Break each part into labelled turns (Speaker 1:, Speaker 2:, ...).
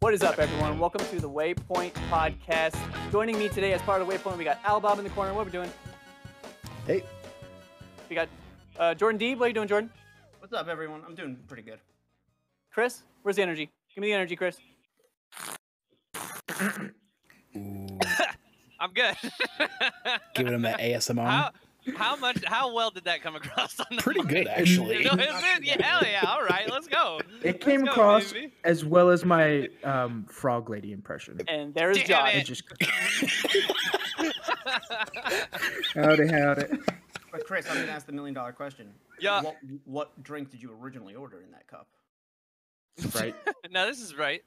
Speaker 1: What is up, everyone? Welcome to the Waypoint Podcast. Joining me today as part of Waypoint, we got Al Bob in the corner. What are we doing?
Speaker 2: Hey.
Speaker 1: We got uh, Jordan D. What are you doing, Jordan?
Speaker 3: What's up, everyone? I'm doing pretty good.
Speaker 1: Chris, where's the energy? Give me the energy, Chris.
Speaker 4: I'm good.
Speaker 2: Giving him an ASMR.
Speaker 4: how, how much? How well did that come across? On the
Speaker 2: Pretty
Speaker 4: mic?
Speaker 2: good, actually.
Speaker 4: No, it did. Yeah, hell yeah. All right, let's go.
Speaker 5: It came
Speaker 4: go,
Speaker 5: across
Speaker 4: baby.
Speaker 5: as well as my um, frog lady impression.
Speaker 1: And there is
Speaker 4: Damn
Speaker 1: John.
Speaker 4: it.
Speaker 5: It just howdy howdy.
Speaker 3: But Chris, I'm gonna ask the million dollar question.
Speaker 4: yeah.
Speaker 3: What, what drink did you originally order in that cup?
Speaker 5: Right?
Speaker 4: No, this is right.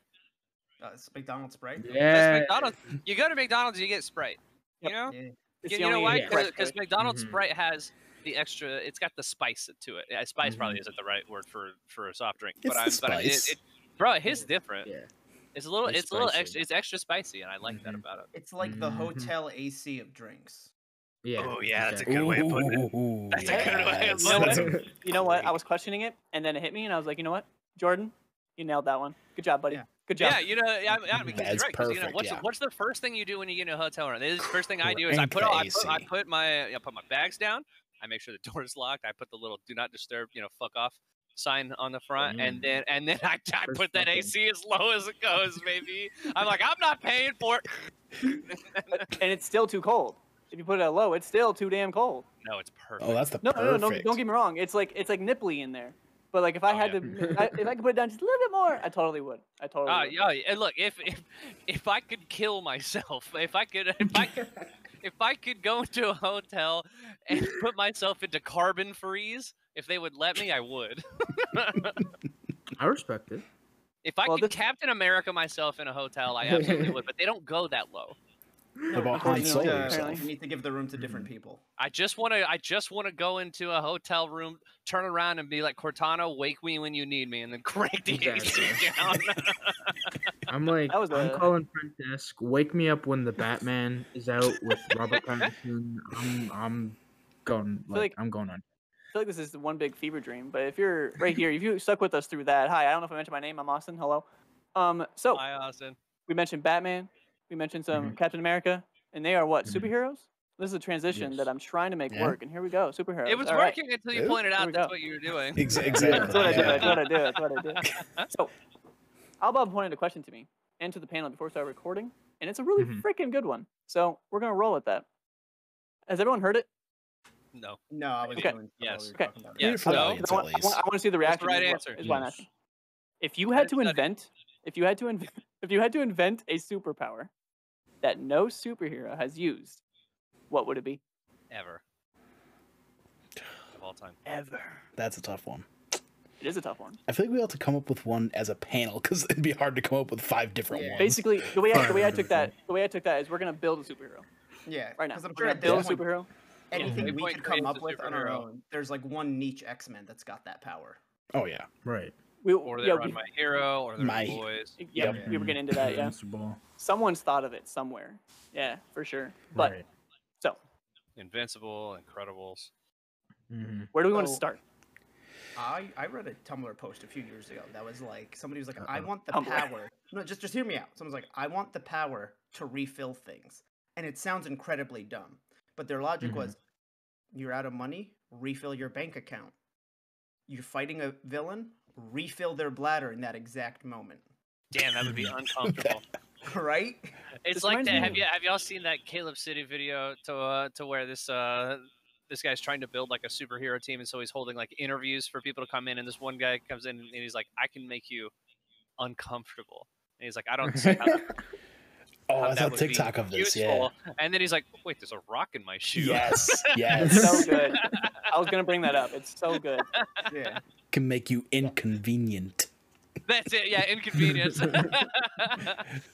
Speaker 3: Uh, it's McDonald's Sprite.
Speaker 4: That's
Speaker 5: Yeah.
Speaker 4: McDonald's. You go to McDonald's, you get Sprite. You know.
Speaker 3: Yeah.
Speaker 1: It's
Speaker 4: You,
Speaker 1: the
Speaker 4: you know
Speaker 1: only
Speaker 4: why?
Speaker 5: yeah.
Speaker 1: correct
Speaker 4: Because
Speaker 1: choice.
Speaker 4: McDonald's
Speaker 5: Mhm.
Speaker 4: Sprite has the extra. It's got the spice to it. Yeah, spice probably isn't the right word for for a soft drink,
Speaker 2: It's
Speaker 4: but
Speaker 2: the
Speaker 4: I'm. But I mean, it,
Speaker 2: spice.
Speaker 4: it, bro, his different.
Speaker 5: Yeah.
Speaker 4: It's a little.
Speaker 2: It's
Speaker 4: It's, a little
Speaker 2: spicy.
Speaker 4: extra. It's extra spicy, and I like that
Speaker 5: Mhm.
Speaker 4: about it.
Speaker 3: It's like the
Speaker 1: Mm-hmm.
Speaker 5: Mhm.
Speaker 3: hotel AC of drinks.
Speaker 5: Yeah.
Speaker 4: Oh, yeah, that's a
Speaker 5: exactly.
Speaker 4: good way of putting it.
Speaker 2: Ooh,
Speaker 4: That's a good way of
Speaker 2: yes.
Speaker 4: putting
Speaker 2: That's
Speaker 4: it.
Speaker 2: a-
Speaker 1: You know what? I was questioning it, and then it hit me, and I was like, you know what, Jordan, you nailed that one. Good job, buddy.
Speaker 3: Yeah.
Speaker 1: Good job.
Speaker 4: Yeah, you know, yeah, I- I mean, 'cause you're
Speaker 2: That's
Speaker 4: right. 'cause, You know,
Speaker 2: perfect,
Speaker 4: what's,
Speaker 2: yeah.
Speaker 4: what's the first thing you do when you get in a hotel room? This is the first thing I do is I
Speaker 2: Crank
Speaker 4: put,
Speaker 2: the
Speaker 4: all, I put I
Speaker 2: AC.
Speaker 4: put my I put my bags down. I make sure the door is locked. I put the little "Do Not Disturb," you know, "fuck off" sign on the front,
Speaker 2: Mm.
Speaker 4: and then and then I, I
Speaker 5: First
Speaker 4: put that
Speaker 5: fucking.
Speaker 4: AC as low as it goes, baby. I'm like, I'm not paying for it.
Speaker 1: And it's still too cold. If you put it at low, it's still too damn cold.
Speaker 4: No, it's perfect.
Speaker 2: Oh, that's the
Speaker 1: No,
Speaker 2: perfect.
Speaker 1: no, no, don't, don't get me wrong. It's like it's like nipply in there. But like if I
Speaker 4: Oh,
Speaker 1: had
Speaker 4: yeah.
Speaker 1: to, I, if I could put it down just a little bit more, I totally would. I totally.
Speaker 4: Uh,
Speaker 1: would.
Speaker 4: yeah, yeah, and look, if, if if I could kill myself, if I could, if I could, if I could go into a hotel and put myself into carbon freeze, if they would let me, I would.
Speaker 5: I respect it.
Speaker 4: If I
Speaker 1: Well,
Speaker 4: could
Speaker 1: this-
Speaker 4: Captain America myself in a hotel, I absolutely would. But they don't go that low.
Speaker 2: What about
Speaker 3: because
Speaker 2: Han
Speaker 3: you need
Speaker 2: Solo
Speaker 3: to-
Speaker 2: yourself?
Speaker 3: You need to give the room to different
Speaker 1: Mm-hmm.
Speaker 3: people.
Speaker 4: I just want to. I just want to go into a hotel room, turn around, and be like Cortana, wake me when you need me, and then crank the AC
Speaker 5: Exactly.
Speaker 4: down.
Speaker 5: I'm like
Speaker 1: That was a-
Speaker 5: I'm calling front desk. Wake me up when the Batman is out with Robert Pattinson. I'm I'm going
Speaker 1: So,
Speaker 5: like,
Speaker 1: like-
Speaker 5: I'm going on.
Speaker 1: I feel like this is the one big fever dream. But if you're right here, if you stuck with us through that, hi, I don't know if I mentioned my name. I'm Austin. Hello. Um, so
Speaker 4: Hi, Austin.
Speaker 1: we mentioned Batman. We mentioned some Captain America, and they are what
Speaker 5: Mhm.
Speaker 1: superheroes. This is a transition that
Speaker 5: Yes.
Speaker 1: I'm trying to make
Speaker 2: Yeah.
Speaker 1: work, and here we go, superheroes.
Speaker 4: It was
Speaker 1: All right.
Speaker 4: working until you
Speaker 2: Dude,
Speaker 4: pointed
Speaker 1: here
Speaker 4: out
Speaker 1: we
Speaker 4: that's
Speaker 1: go.
Speaker 4: what you were doing.
Speaker 2: Ex-
Speaker 1: That's what I do.
Speaker 2: Exactly.
Speaker 1: That's what I do. That's what I do. So, Albob pointed a question to me and to the panel before we started recording, and it's a really
Speaker 5: Mhm.
Speaker 1: freaking good one. So we're gonna roll with that. Has everyone heard it?
Speaker 4: No,
Speaker 3: No, I was
Speaker 1: Okay.
Speaker 3: doing.
Speaker 4: Yes.
Speaker 1: Okay.
Speaker 4: Yeah,
Speaker 2: Read it for the
Speaker 4: so-
Speaker 2: audience,
Speaker 1: I
Speaker 2: at
Speaker 1: want, I
Speaker 2: least.
Speaker 1: want- I want to see the
Speaker 4: That's
Speaker 1: reaction.
Speaker 4: the right
Speaker 1: is wha-
Speaker 4: answer.
Speaker 1: Is why I'm
Speaker 5: Yes.
Speaker 1: asking. If you had to
Speaker 4: study.
Speaker 1: invent, if you had to invent, if you had to invent a superpower that no superhero has used, what would it be?
Speaker 4: ever. Of all time.
Speaker 1: Ever.
Speaker 2: That's a tough one.
Speaker 1: It is a tough one.
Speaker 2: I feel like we ought to come up with one as a panel because it'd be hard to come up with five different
Speaker 3: Yeah.
Speaker 2: ones.
Speaker 1: Basically, the way I, the way I took
Speaker 5: Fine.
Speaker 1: that, the way I took that is we're gonna build a superhero
Speaker 3: Yeah,
Speaker 1: right now.
Speaker 3: Because I'm
Speaker 1: we're
Speaker 3: sure
Speaker 1: gonna
Speaker 3: at
Speaker 1: build
Speaker 3: this
Speaker 1: a
Speaker 3: point,
Speaker 1: superhero.
Speaker 3: anything we
Speaker 4: Waypoint
Speaker 3: could come
Speaker 4: creates
Speaker 3: up
Speaker 4: a
Speaker 3: with on our
Speaker 4: superhero.
Speaker 3: own, there's like one niche X Men that's got that power.
Speaker 2: oh yeah,
Speaker 5: Right.
Speaker 1: We,
Speaker 4: Or
Speaker 1: yeah,
Speaker 4: they're
Speaker 1: we,
Speaker 4: on my hero, or they're
Speaker 2: My-
Speaker 4: on boys.
Speaker 1: yeah,
Speaker 5: Mm-hmm.
Speaker 2: Yep.
Speaker 1: we were getting into that. Yeah,
Speaker 5: Invincible.
Speaker 1: someone's thought of it somewhere. Yeah, for sure. But
Speaker 5: right.
Speaker 1: so,
Speaker 4: Invincible, Incredibles.
Speaker 5: Mhm.
Speaker 1: where do we want to
Speaker 3: So-
Speaker 1: start?
Speaker 3: I, I read a Tumblr post a few years ago that was like somebody was like, I
Speaker 5: Uh-oh.
Speaker 3: want the
Speaker 1: Tumblr.
Speaker 3: power. No, just just hear me out. Someone's like, I want the power to refill things. And it sounds incredibly dumb. But their logic
Speaker 5: Mhm.
Speaker 3: was you're out of money, refill your bank account. You're fighting a villain, refill their bladder in that exact moment.
Speaker 4: Damn, that would be uncomfortable.
Speaker 3: right?
Speaker 4: it's
Speaker 1: This
Speaker 4: like
Speaker 1: reminds
Speaker 4: that.
Speaker 1: me
Speaker 4: Have
Speaker 1: of-
Speaker 4: you have y'all seen that Caleb City video to uh, to where this uh this guy's trying to build like a superhero team, and so he's holding like interviews for people to come in, and this one guy comes in and he's like, "I can make you uncomfortable," and he's like, "I don't see how,
Speaker 2: Oh,
Speaker 4: how
Speaker 2: I
Speaker 4: that
Speaker 2: saw
Speaker 4: would be
Speaker 2: TikTok of this. Yeah.
Speaker 4: useful," and then he's like, "Wait, there's a rock in my shoe."
Speaker 2: Yes.
Speaker 1: So
Speaker 2: Yes.
Speaker 1: good. I was gonna bring that up. It's so good.
Speaker 3: Yeah.
Speaker 2: Can make you inconvenient.
Speaker 4: That's it. Yeah, inconvenience.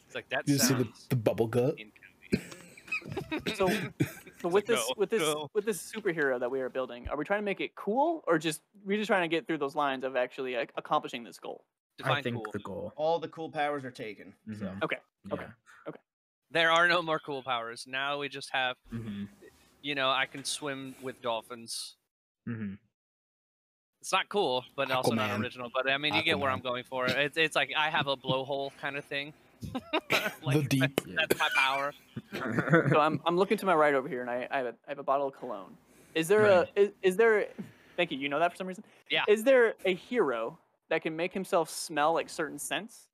Speaker 4: it's like that
Speaker 2: You see the,
Speaker 4: sounds
Speaker 2: the bubble gut?
Speaker 4: inconvenient.
Speaker 1: So, so with this,
Speaker 4: no,
Speaker 1: with this,
Speaker 4: no.
Speaker 1: with this superhero that we are building, are we trying to make it cool, or just we're just trying to get through those lines of actually like, accomplishing this goal?
Speaker 5: I
Speaker 4: Define
Speaker 5: think
Speaker 4: cool.
Speaker 5: the goal.
Speaker 3: All the cool powers are taken. So
Speaker 5: Mhm.
Speaker 1: Okay, okay.
Speaker 5: Yeah.
Speaker 4: There are no more cool powers. Now we just have
Speaker 5: Mhm.
Speaker 4: you know, I can swim with dolphins.
Speaker 5: Mhm.
Speaker 4: It's It's not cool, but also not
Speaker 2: Aquaman.
Speaker 4: original. But I mean, you get where
Speaker 2: Aquaman.
Speaker 4: I'm going for. It's it's like I have a blowhole kind of thing. like
Speaker 2: the deep.
Speaker 5: Yeah.
Speaker 4: that's my power.
Speaker 1: So I'm, I'm looking to my right over here, and I, I, have, a, I have a bottle of cologne. Is there a is, is there? Thank you. You know that for some reason.
Speaker 4: Yeah.
Speaker 1: Is there a hero that can make himself smell like certain scents?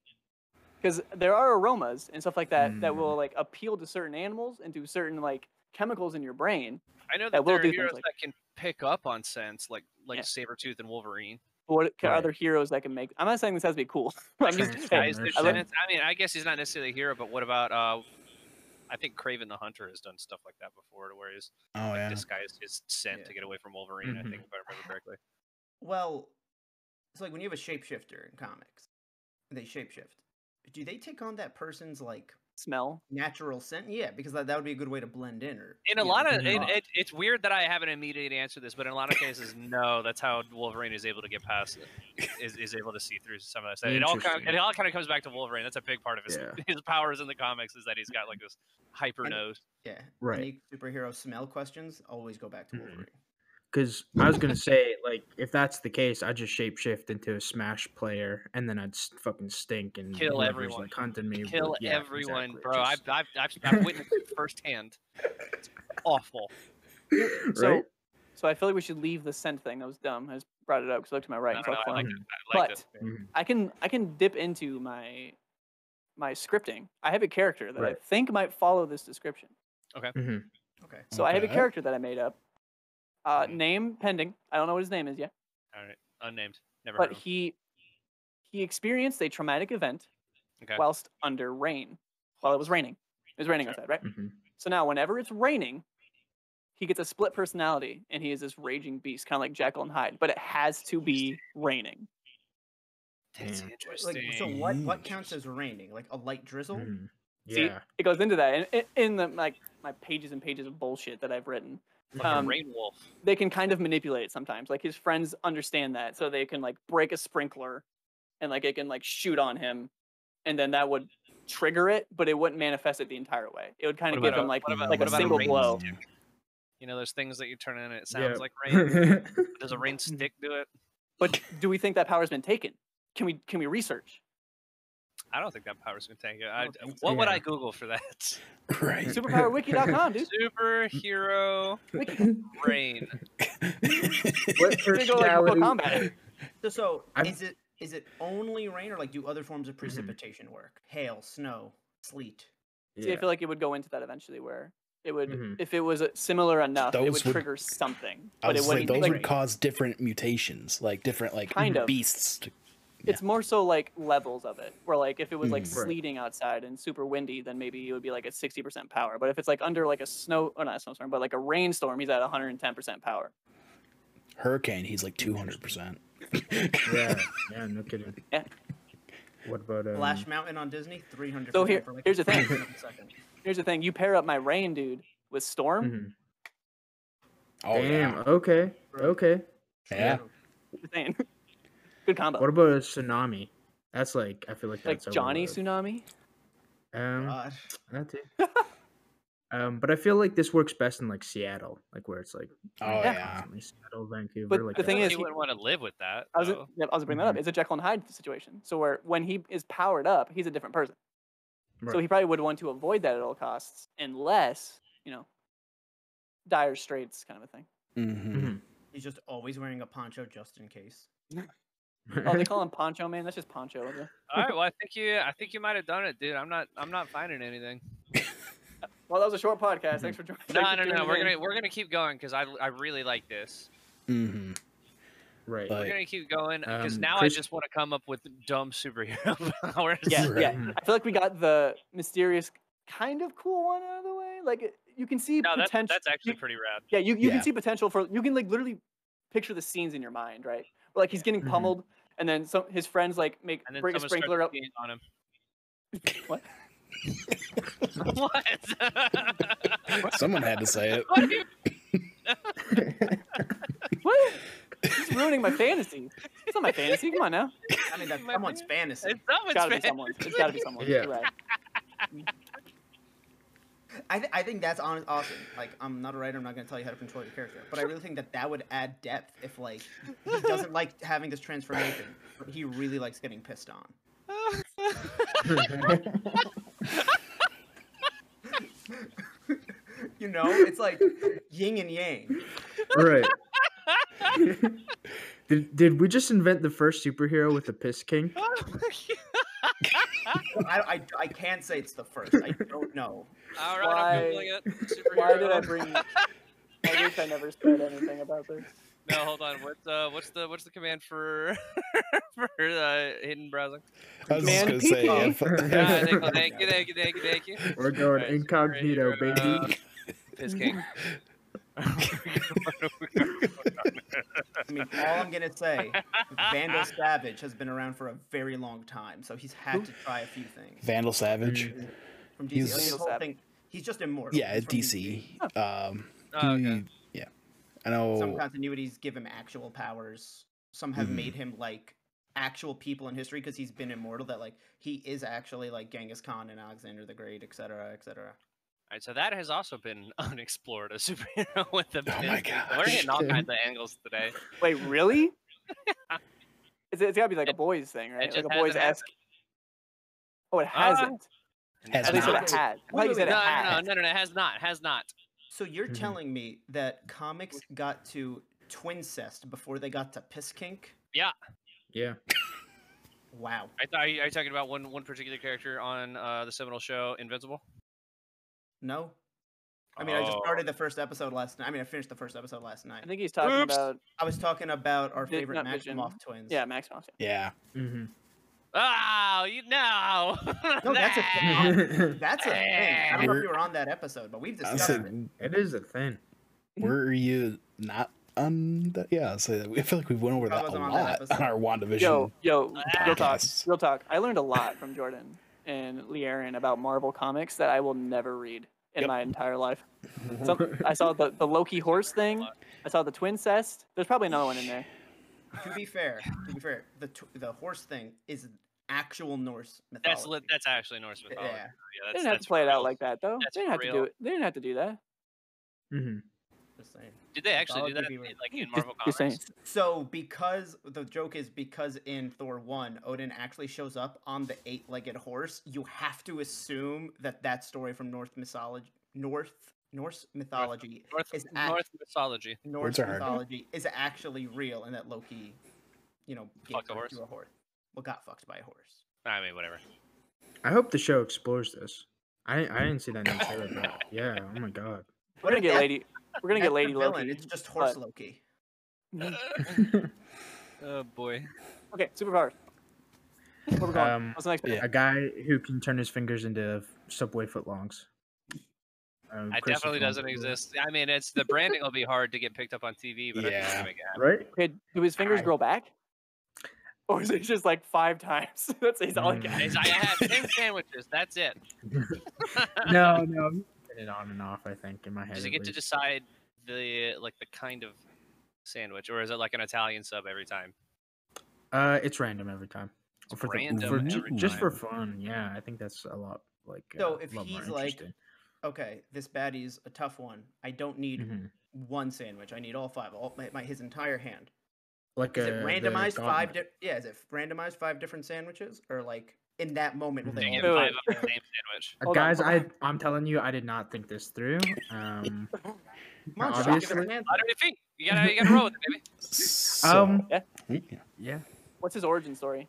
Speaker 1: Because there are aromas and stuff like that that
Speaker 4: Mm.
Speaker 1: will like appeal to certain animals and do certain like chemicals in your brain.
Speaker 4: I know
Speaker 1: That
Speaker 4: that
Speaker 1: will
Speaker 4: there are
Speaker 1: do things
Speaker 4: heroes
Speaker 1: like-
Speaker 4: that can pick up on scents, like like
Speaker 1: Yeah.
Speaker 4: Sabretooth and Wolverine.
Speaker 1: But What are
Speaker 5: Right.
Speaker 1: other hereros that can make? I'm not saying this has to be cool. I'm just
Speaker 5: Transform-
Speaker 1: saying,
Speaker 4: Guys, their
Speaker 1: I love-
Speaker 4: scents- I mean, I guess he's not necessarily a hero, but what about? uh I think Craven the Hunter has done stuff like that before, to where he's
Speaker 2: Oh
Speaker 4: like,
Speaker 2: yeah. Mm-hmm.
Speaker 4: disguised his scent
Speaker 3: Yeah.
Speaker 4: to get away from Wolverine. I think, if I remember correctly.
Speaker 3: Well, it's like when you have a shapeshifter in comics, and they shapeshift. Do they take on that person's like
Speaker 1: smell.
Speaker 3: natural scent? Yeah, because that, that would be a good way to blend in. Or
Speaker 4: In a
Speaker 3: you know,
Speaker 4: lot of,
Speaker 3: blend
Speaker 4: in,
Speaker 3: off.
Speaker 4: it, it's weird that I haven't immediately answered this, but in a lot of cases, no. That's how Wolverine is able to get past, is, is able to see through some of that stuff. It all kind of,
Speaker 5: Interesting.
Speaker 4: it all kind of comes back to Wolverine. That's a big part of his
Speaker 5: Yeah.
Speaker 4: his powers in the comics is that he's got like this hyper nose.
Speaker 3: yeah,
Speaker 5: Right.
Speaker 3: Any superhero smell questions always go back to
Speaker 5: Mhm.
Speaker 3: Wolverine.
Speaker 5: Because I was gonna say, like, if that's the case, I just shapeshift into a Smash player, and then I'd s- fucking stink and
Speaker 4: Kill
Speaker 5: whoever's,
Speaker 4: everyone.
Speaker 5: like, hunting me.
Speaker 4: Kill
Speaker 5: would- yeah,
Speaker 4: everyone,
Speaker 5: exactly,
Speaker 4: bro.
Speaker 5: just-
Speaker 4: I've, I've, I've, I've witnessed it firsthand. It's awful.
Speaker 1: So,
Speaker 5: Right?
Speaker 1: so I feel like we should leave the scent thing. That was dumb. I just brought it up because I looked to my right.
Speaker 4: No,
Speaker 1: and
Speaker 4: no,
Speaker 1: saw
Speaker 4: I
Speaker 1: cologne.
Speaker 4: like
Speaker 5: fun.
Speaker 4: it. I like
Speaker 1: But-
Speaker 4: it.
Speaker 1: I can I can dip into my my scripting. I have a character that I
Speaker 5: Right.
Speaker 1: think might follow this description.
Speaker 5: Mhm.
Speaker 3: Okay.
Speaker 1: So I have a
Speaker 2: Okay.
Speaker 1: character that I made up. Uh, name pending. I don't know what his name is yet,
Speaker 4: All right, unnamed. Never heard
Speaker 1: but
Speaker 4: of him.
Speaker 1: he he experienced a traumatic event
Speaker 4: Okay.
Speaker 1: whilst under rain. While it was raining, it was raining
Speaker 4: Sure.
Speaker 1: outside, right?
Speaker 5: Mhm.
Speaker 1: So now whenever it's raining, he gets a split personality, and he is this raging beast, kind of like Jekyll and Hyde. But it has to be raining.
Speaker 4: That's
Speaker 5: Damn.
Speaker 3: Like,
Speaker 4: interesting.
Speaker 3: so what what counts as raining? Like a light drizzle?
Speaker 5: Mhm.
Speaker 1: See?
Speaker 5: Yeah.
Speaker 1: It goes into that, and in, in the like my pages and pages of bullshit that I've written.
Speaker 4: Fucking
Speaker 1: um,
Speaker 4: Rain Wolf.
Speaker 1: they can kind of manipulate it sometimes. Like his friends understand that, so they can like break a sprinkler, and like it can like shoot on him, and then that would trigger it, but it wouldn't manifest it the entire way. It would kind of
Speaker 4: What
Speaker 1: give
Speaker 4: about
Speaker 1: him
Speaker 4: a-
Speaker 1: like
Speaker 4: what about-
Speaker 1: like
Speaker 4: what
Speaker 1: a
Speaker 4: about a
Speaker 1: single
Speaker 4: rain
Speaker 1: blow.
Speaker 4: You know those things that you turn in and it sounds
Speaker 5: Yep.
Speaker 4: like rain. Does a rain stick do it?
Speaker 1: But do we think that power's been taken? Can we can we research?
Speaker 4: I don't think that power's gonna take it. I,
Speaker 3: don't think so.
Speaker 4: what would I
Speaker 5: Yeah.
Speaker 4: Google for that?
Speaker 2: Right.
Speaker 1: Superpowerwiki.com, dude.
Speaker 4: Superhero rain.
Speaker 5: What
Speaker 1: You're gonna go like Mortal
Speaker 5: personality-
Speaker 1: Kombat.
Speaker 3: So, so
Speaker 5: I'm- Mm-hmm.
Speaker 3: is it is it only rain or like do other forms of precipitation work? Hail, snow, sleet.
Speaker 1: See, I
Speaker 5: Yeah.
Speaker 1: feel like it would go into that eventually, where it would
Speaker 5: Mhm.
Speaker 1: if it was uh, similar enough, it would
Speaker 2: Those would-
Speaker 1: trigger something,
Speaker 2: I
Speaker 1: but it
Speaker 2: was like,
Speaker 1: wouldn't.
Speaker 2: those
Speaker 1: like,
Speaker 2: would cause different mutations, like different like
Speaker 1: Kind of.
Speaker 2: beasts. to-
Speaker 1: it's more so like levels of it where like if it was like
Speaker 2: Mm.
Speaker 5: Right.
Speaker 1: sleeting outside and super windy then maybe it would be like a 60% power but if it's like under like a snow or not a snowstorm but like a rainstorm he's at 110% power
Speaker 2: Hurricane, he's like two hundred percent.
Speaker 5: yeah. Yeah. No kidding.
Speaker 1: Yeah.
Speaker 5: What about um,
Speaker 3: Flash Mountain on Disney, three hundred.
Speaker 1: so here- here's the thing.
Speaker 3: Second.
Speaker 1: here's the thing you pair up my rain dude with storm
Speaker 5: mhm.
Speaker 2: Oh
Speaker 5: Damn.
Speaker 2: yeah.
Speaker 5: Okay.
Speaker 3: Bro.
Speaker 5: Okay.
Speaker 2: Yeah.
Speaker 3: True.
Speaker 1: just saying. good combo
Speaker 5: Mm-hmm. What about a tsunami? That's like I feel like
Speaker 1: like
Speaker 5: that's
Speaker 1: johnny
Speaker 5: overload.
Speaker 1: tsunami
Speaker 5: Um,
Speaker 3: God.
Speaker 5: that too. um, but I feel like this works best in like Seattle, like where it's like
Speaker 2: Oh
Speaker 5: rain
Speaker 2: yeah.
Speaker 5: constantly, Seattle, Vancouver.
Speaker 1: But
Speaker 5: like
Speaker 1: the
Speaker 5: that.
Speaker 1: thing is,
Speaker 4: you
Speaker 1: he-
Speaker 4: wouldn't want to live with that.
Speaker 1: i was,
Speaker 4: though.
Speaker 1: yeah, I was bringing that
Speaker 5: Mm-hmm.
Speaker 1: up it's a jekyll and hyde situation so where when he is powered up he's a different person so
Speaker 5: Right.
Speaker 1: he probably would want to avoid that at all costs unless you know dire straits kind of a thing
Speaker 2: hmm
Speaker 5: Mm-hmm.
Speaker 3: He's just always wearing a poncho just in case.
Speaker 1: oh they call him poncho man that's just poncho yeah.
Speaker 4: All right. Well, I think you. I think you might have done it, dude. I'm not. I'm not finding anything.
Speaker 1: Well, that was a short podcast. Thanks for joining.
Speaker 4: No, no, no. We're gonna we're gonna keep going because I I really like this.
Speaker 2: hmm
Speaker 5: right.
Speaker 4: We're
Speaker 2: Like-
Speaker 4: gonna keep going because
Speaker 5: Um,
Speaker 4: now
Speaker 5: Chris-
Speaker 4: I just want to come up with dumb superhero powers.
Speaker 1: Yeah,
Speaker 2: Right.
Speaker 1: yeah. I feel like we got the mysterious, kind of cool one out of the way. Like it- you can see
Speaker 4: No, that's
Speaker 1: potential.
Speaker 4: that's actually
Speaker 1: you-
Speaker 4: pretty rad.
Speaker 1: yeah, you, you
Speaker 2: Yeah.
Speaker 1: can see potential for. You can like literally picture the scenes in your mind, right? Where, like he's getting
Speaker 5: Mhm.
Speaker 1: pummeled, and then some his friends like make
Speaker 4: And then
Speaker 1: break a
Speaker 4: someone starts
Speaker 1: sprinkler up.
Speaker 4: peeing on him.
Speaker 1: What?
Speaker 4: what?
Speaker 2: Someone had to say it.
Speaker 4: What are you
Speaker 1: What? He's ruining my fantasy. It's not my fantasy. Come on now.
Speaker 3: I mean, that's
Speaker 4: My
Speaker 3: someone's
Speaker 4: bad.
Speaker 3: fantasy.
Speaker 4: It's someone's
Speaker 1: It's gotta be
Speaker 4: fan-
Speaker 1: someone. It's gotta be someone.
Speaker 5: Yeah.
Speaker 1: You're right.
Speaker 3: I, th- I think that's on- awesome. Like, I'm not a writer. I'm not going to tell you how to control your character, but I really think that that would add depth if like he doesn't like having this transformation. but He really likes getting pissed on.
Speaker 5: Mm-hmm.
Speaker 3: You know, it's like yin and yang.
Speaker 5: right. did, did we just invent the first superhero with the piss king?
Speaker 3: I, I, I can't say it's the first. I don't know.
Speaker 4: All right, I'm
Speaker 1: Why-
Speaker 4: googling it. Superhero.
Speaker 1: Why did I bring? I wish I never said anything about this.
Speaker 4: No, hold on. What's uh, what's the what's the command for for uh, hidden browsing?
Speaker 2: I was
Speaker 1: Man,
Speaker 2: just gonna say, yeah,
Speaker 1: PP.
Speaker 2: fuck-
Speaker 4: Ah, thank, you, thank you, thank you, thank you, thank you.
Speaker 5: We're going
Speaker 4: Alright,
Speaker 5: incognito,
Speaker 4: superhero,
Speaker 5: baby.
Speaker 4: uh, Piss King.
Speaker 3: I mean, all I'm gonna say, Vandal Savage has been around for a very long time, so he's had to try a few things
Speaker 2: Vandal Savage.
Speaker 3: Mm-hmm. from DC.
Speaker 2: He's-
Speaker 3: Like, his
Speaker 1: Vandal
Speaker 3: whole
Speaker 1: Savage.
Speaker 3: thing- he's just immortal.
Speaker 2: Yeah,
Speaker 3: He's from
Speaker 2: DC. Um,
Speaker 4: Oh, okay.
Speaker 2: he- yeah, I
Speaker 3: Some
Speaker 2: know.
Speaker 3: continuities give him actual powers. Some have
Speaker 2: Mhm.
Speaker 3: made him like actual people in history because he's been immortal. That like he is actually like Genghis Khan and Alexander the Great, etc., etc.
Speaker 4: All right, so that has also been unexplored. A superhero with the
Speaker 2: Oh my
Speaker 4: piss king. We're hitting all
Speaker 5: gosh.
Speaker 4: kinds of angles today.
Speaker 1: Wait, really? It's, it's gotta be like a boys thing, right?
Speaker 4: just
Speaker 1: Like a
Speaker 4: hasn't
Speaker 1: boys esque. Oh, it
Speaker 4: Ah,
Speaker 1: hasn't.
Speaker 2: Has
Speaker 1: At least
Speaker 2: not.
Speaker 1: it had. I thought you said it
Speaker 4: no, no, no,
Speaker 1: had.
Speaker 4: no, no, no, it has not, has not.
Speaker 3: So
Speaker 2: Mm-hmm.
Speaker 3: you're
Speaker 5: Mhm.
Speaker 3: telling me that comics got to twincest before they got to piss kink?
Speaker 5: Yeah.
Speaker 3: Wow.
Speaker 4: Are, you- are, you, are you talking about one one particular character on uh, the seminal show Invincible?
Speaker 3: No. I mean, I just
Speaker 4: Oh.
Speaker 3: started the first episode last night. I mean, I finished the first episode last night.
Speaker 1: Um. I think he's talking
Speaker 4: Oops.
Speaker 1: about
Speaker 3: I was talking about our
Speaker 1: Did
Speaker 3: favorite
Speaker 1: not
Speaker 3: Maximoff
Speaker 1: mention-
Speaker 3: twins.
Speaker 1: yeah, Max Moss.
Speaker 2: Yeah,
Speaker 5: hmm
Speaker 4: Oh, you know.
Speaker 3: No, that's a thing. That's a thing. I don't know if
Speaker 2: We're-
Speaker 3: you were on that episode, but we've
Speaker 2: I
Speaker 3: discussed it.
Speaker 2: said,
Speaker 1: Mm-hmm.
Speaker 5: it is a thing.
Speaker 2: were you not on that? Yeah, so I feel like we went over
Speaker 3: I
Speaker 2: that a
Speaker 3: wasn't on that
Speaker 2: lot
Speaker 3: episode. Um,
Speaker 2: on our WandaVision.
Speaker 1: Yo, yo,
Speaker 4: Ah.
Speaker 1: real talk,
Speaker 2: Podcasts.
Speaker 1: real talk. I learned a lot from Jordan and Learen about Marvel comics that I will never read in
Speaker 2: Yep.
Speaker 1: my entire life. Some, I saw the, the Loki horse thing. I saw the twin cest. There's probably another one in there.
Speaker 3: To be fair, to be fair, the tw- the horse thing is actual Norse mythology.
Speaker 4: That's lit. That's actually Norse mythology.
Speaker 3: yeah.
Speaker 1: they
Speaker 4: Yeah, that's,
Speaker 1: didn't have
Speaker 4: that's
Speaker 1: to play it out
Speaker 4: real.
Speaker 1: like that though.
Speaker 4: That's
Speaker 1: They didn't have to do
Speaker 4: real.
Speaker 1: it. They didn't have to do that.
Speaker 5: hmm
Speaker 3: Just saying.
Speaker 4: Did they actually do that?
Speaker 3: mythology
Speaker 4: in, Like in
Speaker 1: Just-
Speaker 4: Marvel
Speaker 1: just saying.
Speaker 4: Comics?
Speaker 3: So because the joke is because in Thor one, Odin actually shows up on the eight legged horse. You have to assume that that story from Norse mythology, North Norse mythology,
Speaker 4: North,
Speaker 3: It's act-
Speaker 4: North mythology.
Speaker 3: Norse
Speaker 2: Words are hard.
Speaker 3: mythology is actually real, and that Loki, you know, gave
Speaker 4: Fucked a
Speaker 3: birth
Speaker 4: horse.
Speaker 3: to a horse. Well, got fucked by a horse.
Speaker 4: I mean, whatever.
Speaker 5: I hope the show explores this. I I didn't see that in the trailer, but yeah. Oh my god.
Speaker 1: We're gonna
Speaker 3: if
Speaker 1: get
Speaker 3: that's-
Speaker 1: lady. We're gonna
Speaker 3: that's
Speaker 1: get
Speaker 3: the
Speaker 1: lady
Speaker 3: villain,
Speaker 1: Loki.
Speaker 3: It's just horse
Speaker 1: but-
Speaker 3: Loki.
Speaker 4: oh boy.
Speaker 1: Okay, superpowers. Where we going?
Speaker 5: Um,
Speaker 1: What's the next one?
Speaker 2: yeah.
Speaker 5: A guy who can turn his fingers into subway footlongs. Um,
Speaker 4: It
Speaker 5: Chris
Speaker 4: definitely
Speaker 5: Footlong.
Speaker 4: doesn't exist. I mean, it's the branding will be hard to get picked up on TV, but I think
Speaker 2: Yeah.
Speaker 4: we're gonna get it.
Speaker 5: Right?
Speaker 1: Okay, do his fingers
Speaker 5: I-
Speaker 1: grow back? Or is it just like five times? That's he's all he
Speaker 5: Mm.
Speaker 1: got.
Speaker 4: Guys, I have ten sandwiches. That's it.
Speaker 5: No, no. you can Turn it on and off. I think in my head.
Speaker 4: Does he
Speaker 5: at
Speaker 4: get to
Speaker 5: least.
Speaker 4: decide the like the kind of sandwich, or is it like an Italian sub every time?
Speaker 5: Uh, it's random every time.
Speaker 4: It's
Speaker 5: the-
Speaker 4: random
Speaker 5: for ju-
Speaker 4: every
Speaker 5: just
Speaker 4: time.
Speaker 5: for fun. Yeah, I think that's a lot like.
Speaker 3: So
Speaker 5: uh,
Speaker 3: if
Speaker 5: lot more
Speaker 3: he's like-
Speaker 5: interesting.
Speaker 3: Okay, this baddie's a tough one. I don't need
Speaker 5: Mhm.
Speaker 3: one sandwich. I need all five. All my, my his entire hand.
Speaker 5: like
Speaker 3: Is
Speaker 5: uh,
Speaker 3: it
Speaker 5: the
Speaker 3: randomized five?
Speaker 5: gauntlet.
Speaker 3: Di- yeah, is it randomized five different sandwiches, or like in that moment will
Speaker 5: Do
Speaker 3: they
Speaker 4: You
Speaker 3: all
Speaker 4: get
Speaker 1: Wait,
Speaker 3: be
Speaker 1: wait,
Speaker 4: five
Speaker 3: different?
Speaker 4: of the same sandwich.
Speaker 5: Uh,
Speaker 1: Hold on,
Speaker 5: guys,
Speaker 1: hold
Speaker 5: I
Speaker 1: on.
Speaker 5: I'm telling you, I did not think this through. Um,
Speaker 3: Come on, just give us
Speaker 5: obviously,
Speaker 3: an answer.
Speaker 4: Out of defeat. You gotta you gotta roll with it, baby.
Speaker 2: So,
Speaker 5: Um,
Speaker 1: Yeah.
Speaker 2: yeah.
Speaker 5: yeah.
Speaker 1: What's his origin story?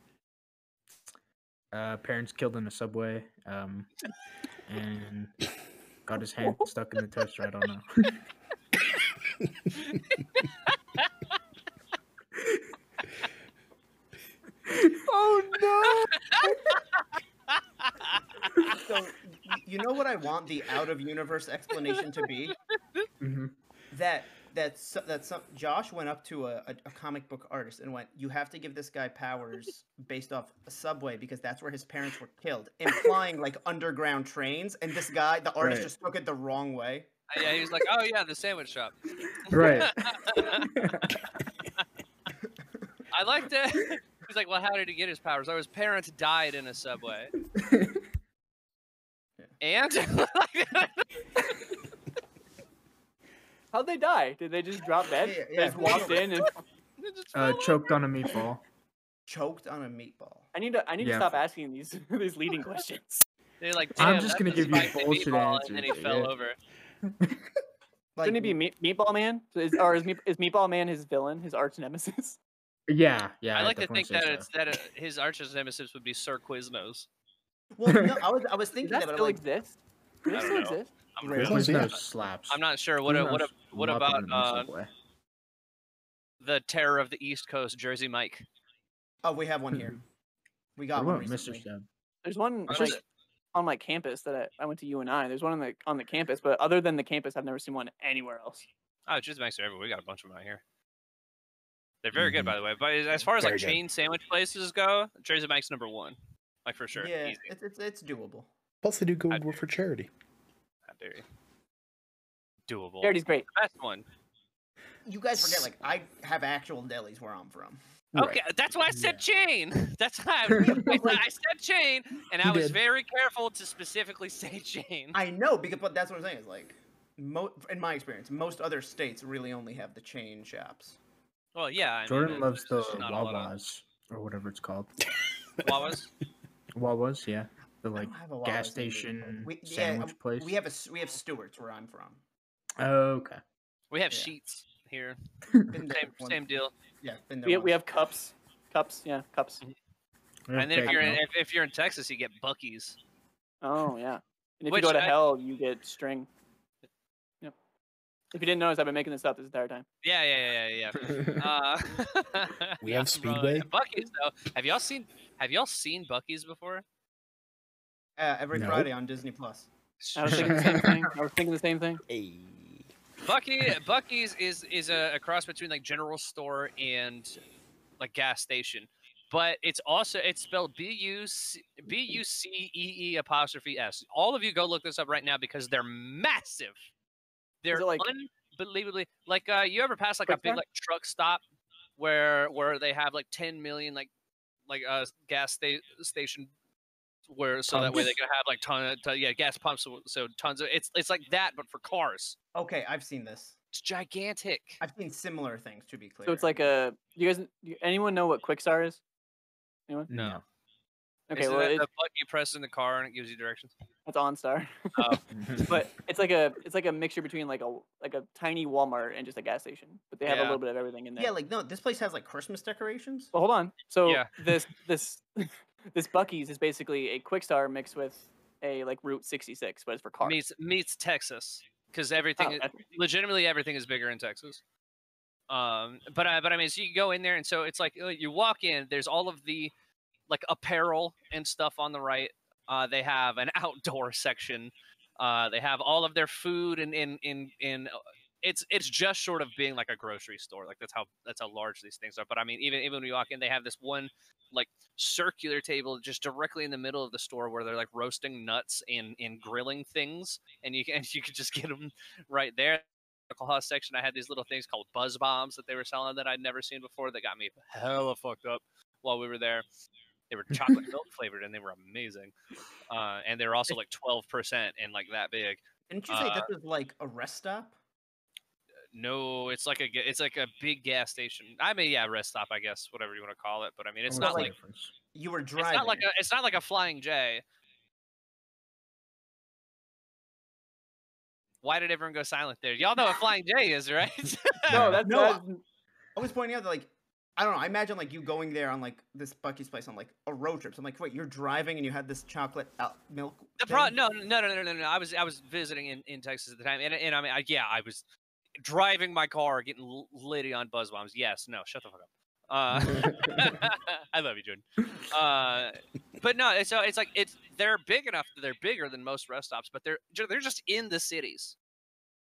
Speaker 5: Uh, parents killed in a subway. Um, and got his hand stuck in the toaster. I don't know.
Speaker 1: Oh
Speaker 3: So y- you know what I want the out of universe explanation to be?
Speaker 5: Mhm.
Speaker 3: that that s- that some, Josh went up to a, a, a comic book artist and went, "You have to give this guy powers based off a subway because that's where his parents were killed," implying like underground trains. And this guy, the artist,
Speaker 5: Right.
Speaker 3: just took it the wrong way.
Speaker 4: Uh, Yeah, he was like, oh yeah, the sandwich shop.
Speaker 5: Right.
Speaker 4: I like that. He's like, well, how did he get his powers? Or his parents died in a subway.
Speaker 3: Yeah.
Speaker 4: And
Speaker 1: How'd they die? Did they just drop dead?
Speaker 3: Yeah,
Speaker 1: They
Speaker 3: yeah,
Speaker 1: just
Speaker 3: who
Speaker 1: walked
Speaker 3: knows?
Speaker 1: in and
Speaker 5: Uh, choked on a meatball.
Speaker 3: Choked on a meatball.
Speaker 1: I need to I need
Speaker 5: Yeah.
Speaker 1: to stop asking these these leading questions.
Speaker 4: they're like,
Speaker 5: I'm
Speaker 4: "Damn,
Speaker 5: just
Speaker 4: that
Speaker 5: gonna
Speaker 4: was
Speaker 5: give you
Speaker 4: spicy
Speaker 5: bullshit
Speaker 4: meatball," And then he
Speaker 5: answers,
Speaker 4: fell
Speaker 5: yeah.
Speaker 4: over.
Speaker 3: Like,
Speaker 1: Shouldn't it be meat, Meatball Man? So is, or is, Meat, is Meatball Man his villain, his arch nemesis?
Speaker 5: Yeah, yeah.
Speaker 4: I
Speaker 5: I'd
Speaker 4: like to
Speaker 5: definitely
Speaker 4: think that
Speaker 5: say so.
Speaker 4: it's that uh, his archer's nemesis would be Sir Quiznos.
Speaker 3: well, no, I was I was thinking
Speaker 1: Does that
Speaker 3: that, but
Speaker 1: still
Speaker 3: I'm like,
Speaker 1: exist? Does it
Speaker 4: I don't
Speaker 1: still
Speaker 4: know.
Speaker 1: exist?
Speaker 4: I'm,
Speaker 3: Really?
Speaker 4: really-
Speaker 5: There's no
Speaker 2: Yeah.
Speaker 5: slaps.
Speaker 4: I'm not sure. What a,
Speaker 5: There's
Speaker 4: what
Speaker 5: no
Speaker 4: a, what
Speaker 5: slapping
Speaker 4: about
Speaker 5: in the
Speaker 4: uh,
Speaker 5: subway.
Speaker 4: the terror of the East Coast, Jersey Mike?
Speaker 3: oh, we have one
Speaker 1: Hmm.
Speaker 3: here. We
Speaker 5: What
Speaker 3: got one
Speaker 5: about Mr.
Speaker 3: recently.
Speaker 5: Stem?
Speaker 1: There's one
Speaker 4: It's
Speaker 1: like,
Speaker 4: just-
Speaker 1: on my campus that I, I went to UNI. There's one on the on the campus, but other than the campus, I've never seen one anywhere else.
Speaker 4: Oh, Jersey Mike's are everywhere. We got a bunch of them out here. They're very
Speaker 2: Mhm.
Speaker 5: Mm-hmm.
Speaker 4: good, by the way. But as as far as
Speaker 2: Very
Speaker 4: like
Speaker 2: good.
Speaker 4: chain sandwich places go, Jersey Mike's number one, like for sure.
Speaker 3: Yeah,
Speaker 4: Easy.
Speaker 3: it's, it's it's doable.
Speaker 2: Plus, they do go
Speaker 4: I'd-
Speaker 2: work for charity.
Speaker 4: How dare you. Doable.
Speaker 1: Charity's great.
Speaker 4: The best one.
Speaker 3: You guys forget, like I have actual delis where I'm from.
Speaker 4: Okay, that's why I said chain. That's why I, I, said- I said chain, and
Speaker 2: You
Speaker 4: I was
Speaker 2: did.
Speaker 4: very careful to specifically say chain.
Speaker 3: I know because, but that's what I'm saying. Is like, mo- in my experience, most other states really only have the chain shops.
Speaker 4: Well, yeah. I mean,
Speaker 5: Jordan
Speaker 4: there's-
Speaker 5: loves the
Speaker 4: there's not a lot of-
Speaker 5: Wawas or whatever it's called.
Speaker 4: Wawas.
Speaker 5: Wawas, yeah. The
Speaker 3: I
Speaker 5: like
Speaker 3: don't have a lot
Speaker 5: gas
Speaker 3: of those in Greenville.
Speaker 5: station
Speaker 3: We- yeah,
Speaker 5: sandwich
Speaker 3: um,
Speaker 5: place. Oh,
Speaker 3: We have a s- we have Stewart's where I'm from.
Speaker 5: okay.
Speaker 4: We have
Speaker 3: Yeah.
Speaker 4: sheets here.
Speaker 3: Been there
Speaker 4: Same,
Speaker 3: once.
Speaker 4: same deal.
Speaker 3: Yeah, been there
Speaker 1: We, we
Speaker 3: once.
Speaker 1: have cups, cups, yeah, cups.
Speaker 4: And then if you're in,
Speaker 5: Techno.
Speaker 4: if, if you're in Texas, you get Bucky's.
Speaker 1: Oh yeah. And if
Speaker 4: Which
Speaker 1: you go to
Speaker 4: I-
Speaker 1: hell, you get string. Yep. If you didn't notice, I've been making this up this entire time.
Speaker 4: Yeah, yeah, yeah, yeah. yeah. Uh,
Speaker 2: We have
Speaker 4: bro,
Speaker 2: Speedway.
Speaker 4: Bucky's though. Have y'all seen? Have y'all seen Bucky's before?
Speaker 3: uh, every
Speaker 2: No.
Speaker 3: Friday on Disney Plus.
Speaker 1: I was thinking the same thing. I was thinking the same thing.
Speaker 4: Bucky Bucky's is is a, a cross between like general store and like gas station, but it's also it's spelled B U C B U C E E apostrophe S. All of you go look this up right now because they're massive. They're
Speaker 1: it like-
Speaker 4: unbelievably like uh, you ever pass like a
Speaker 1: Quick
Speaker 4: big
Speaker 1: Mart?
Speaker 4: like truck stop where where they have like ten million like like uh gas sta- station where so that way they
Speaker 5: Pumps.
Speaker 4: can have like ton, ton yeah gas pumps so, so tons of it's it's like that but for cars.
Speaker 3: Okay, I've seen this.
Speaker 4: It's gigantic.
Speaker 3: I've seen similar things. To be clear,
Speaker 1: So it's like a. You guys, you- anyone know what Quickstar is?
Speaker 5: No.
Speaker 1: Okay,
Speaker 4: Isn't
Speaker 1: well,
Speaker 4: that
Speaker 1: it,
Speaker 4: the button you press in the car and it gives you directions?
Speaker 1: that's OnStar. but it's like a, it's like a mixture between like a, like a tiny Walmart and just a gas station. But they have a
Speaker 4: Yeah.
Speaker 1: little bit of everything in there.
Speaker 3: yeah, like no, this place has like Christmas decorations.
Speaker 1: Well, hold on. So
Speaker 4: Yeah.
Speaker 1: this this this Bucky's is basically a Quickstar mixed with a like Route 66, but it's for cars.
Speaker 4: Meets meets Texas because
Speaker 1: Oh,
Speaker 4: everything, is-
Speaker 1: that's-
Speaker 4: legitimately, everything is bigger in Texas. Um, but I, but I mean, so you go in there and so it's like uh, you walk in. There's all of the like apparel and stuff on the right. Uh, they have an outdoor section. Uh, they have all of their food and in in in. It's it's just short of being like a grocery store. Like that's how that's how large these things are. But I mean, even even when you walk in, they have this one like circular table just directly in the middle of the store where they're like roasting nuts and and grilling things, and you can you could just get them right there. Alcohol section, I had these little things called buzz bombs that they were selling that I'd never seen before that got me hella fucked up while we were there. They were chocolate milk flavored and they were amazing. Uh, and they were also like 12% and like that big.
Speaker 3: Didn't you say
Speaker 4: Uh,
Speaker 3: this was like a rest stop?
Speaker 4: No, it's like a ga- it's like a big gas station. I mean, yeah, rest stop, I guess, whatever you want to call it. But I mean, Oh, it's
Speaker 5: What's
Speaker 4: not
Speaker 5: the
Speaker 4: like
Speaker 5: difference?
Speaker 3: You were driving.
Speaker 4: it's not like a it's not like a flying J. Why did everyone go silent there? Y'all know what flying J is, right?
Speaker 1: no, that's
Speaker 3: No,
Speaker 1: that's-
Speaker 3: I was pointing out that like I don't know. I imagine like you going there on like this Bucky's place on like a road trip. So I'm like, wait, you're driving and you had this chocolate out milk.
Speaker 4: The pro-
Speaker 3: thing?"
Speaker 4: no, no, no, no, no, no. I was I was visiting in, in Texas at the time, and and I mean, I, yeah, I was driving my car, getting l- litty on buzz bombs. Yes, no, shut the fuck up. Uh, I love you, Jordan. Uh, but no, it's- so it's like it's they're big enough. that They're bigger than most rest stops, but they're ju- they're just in the cities.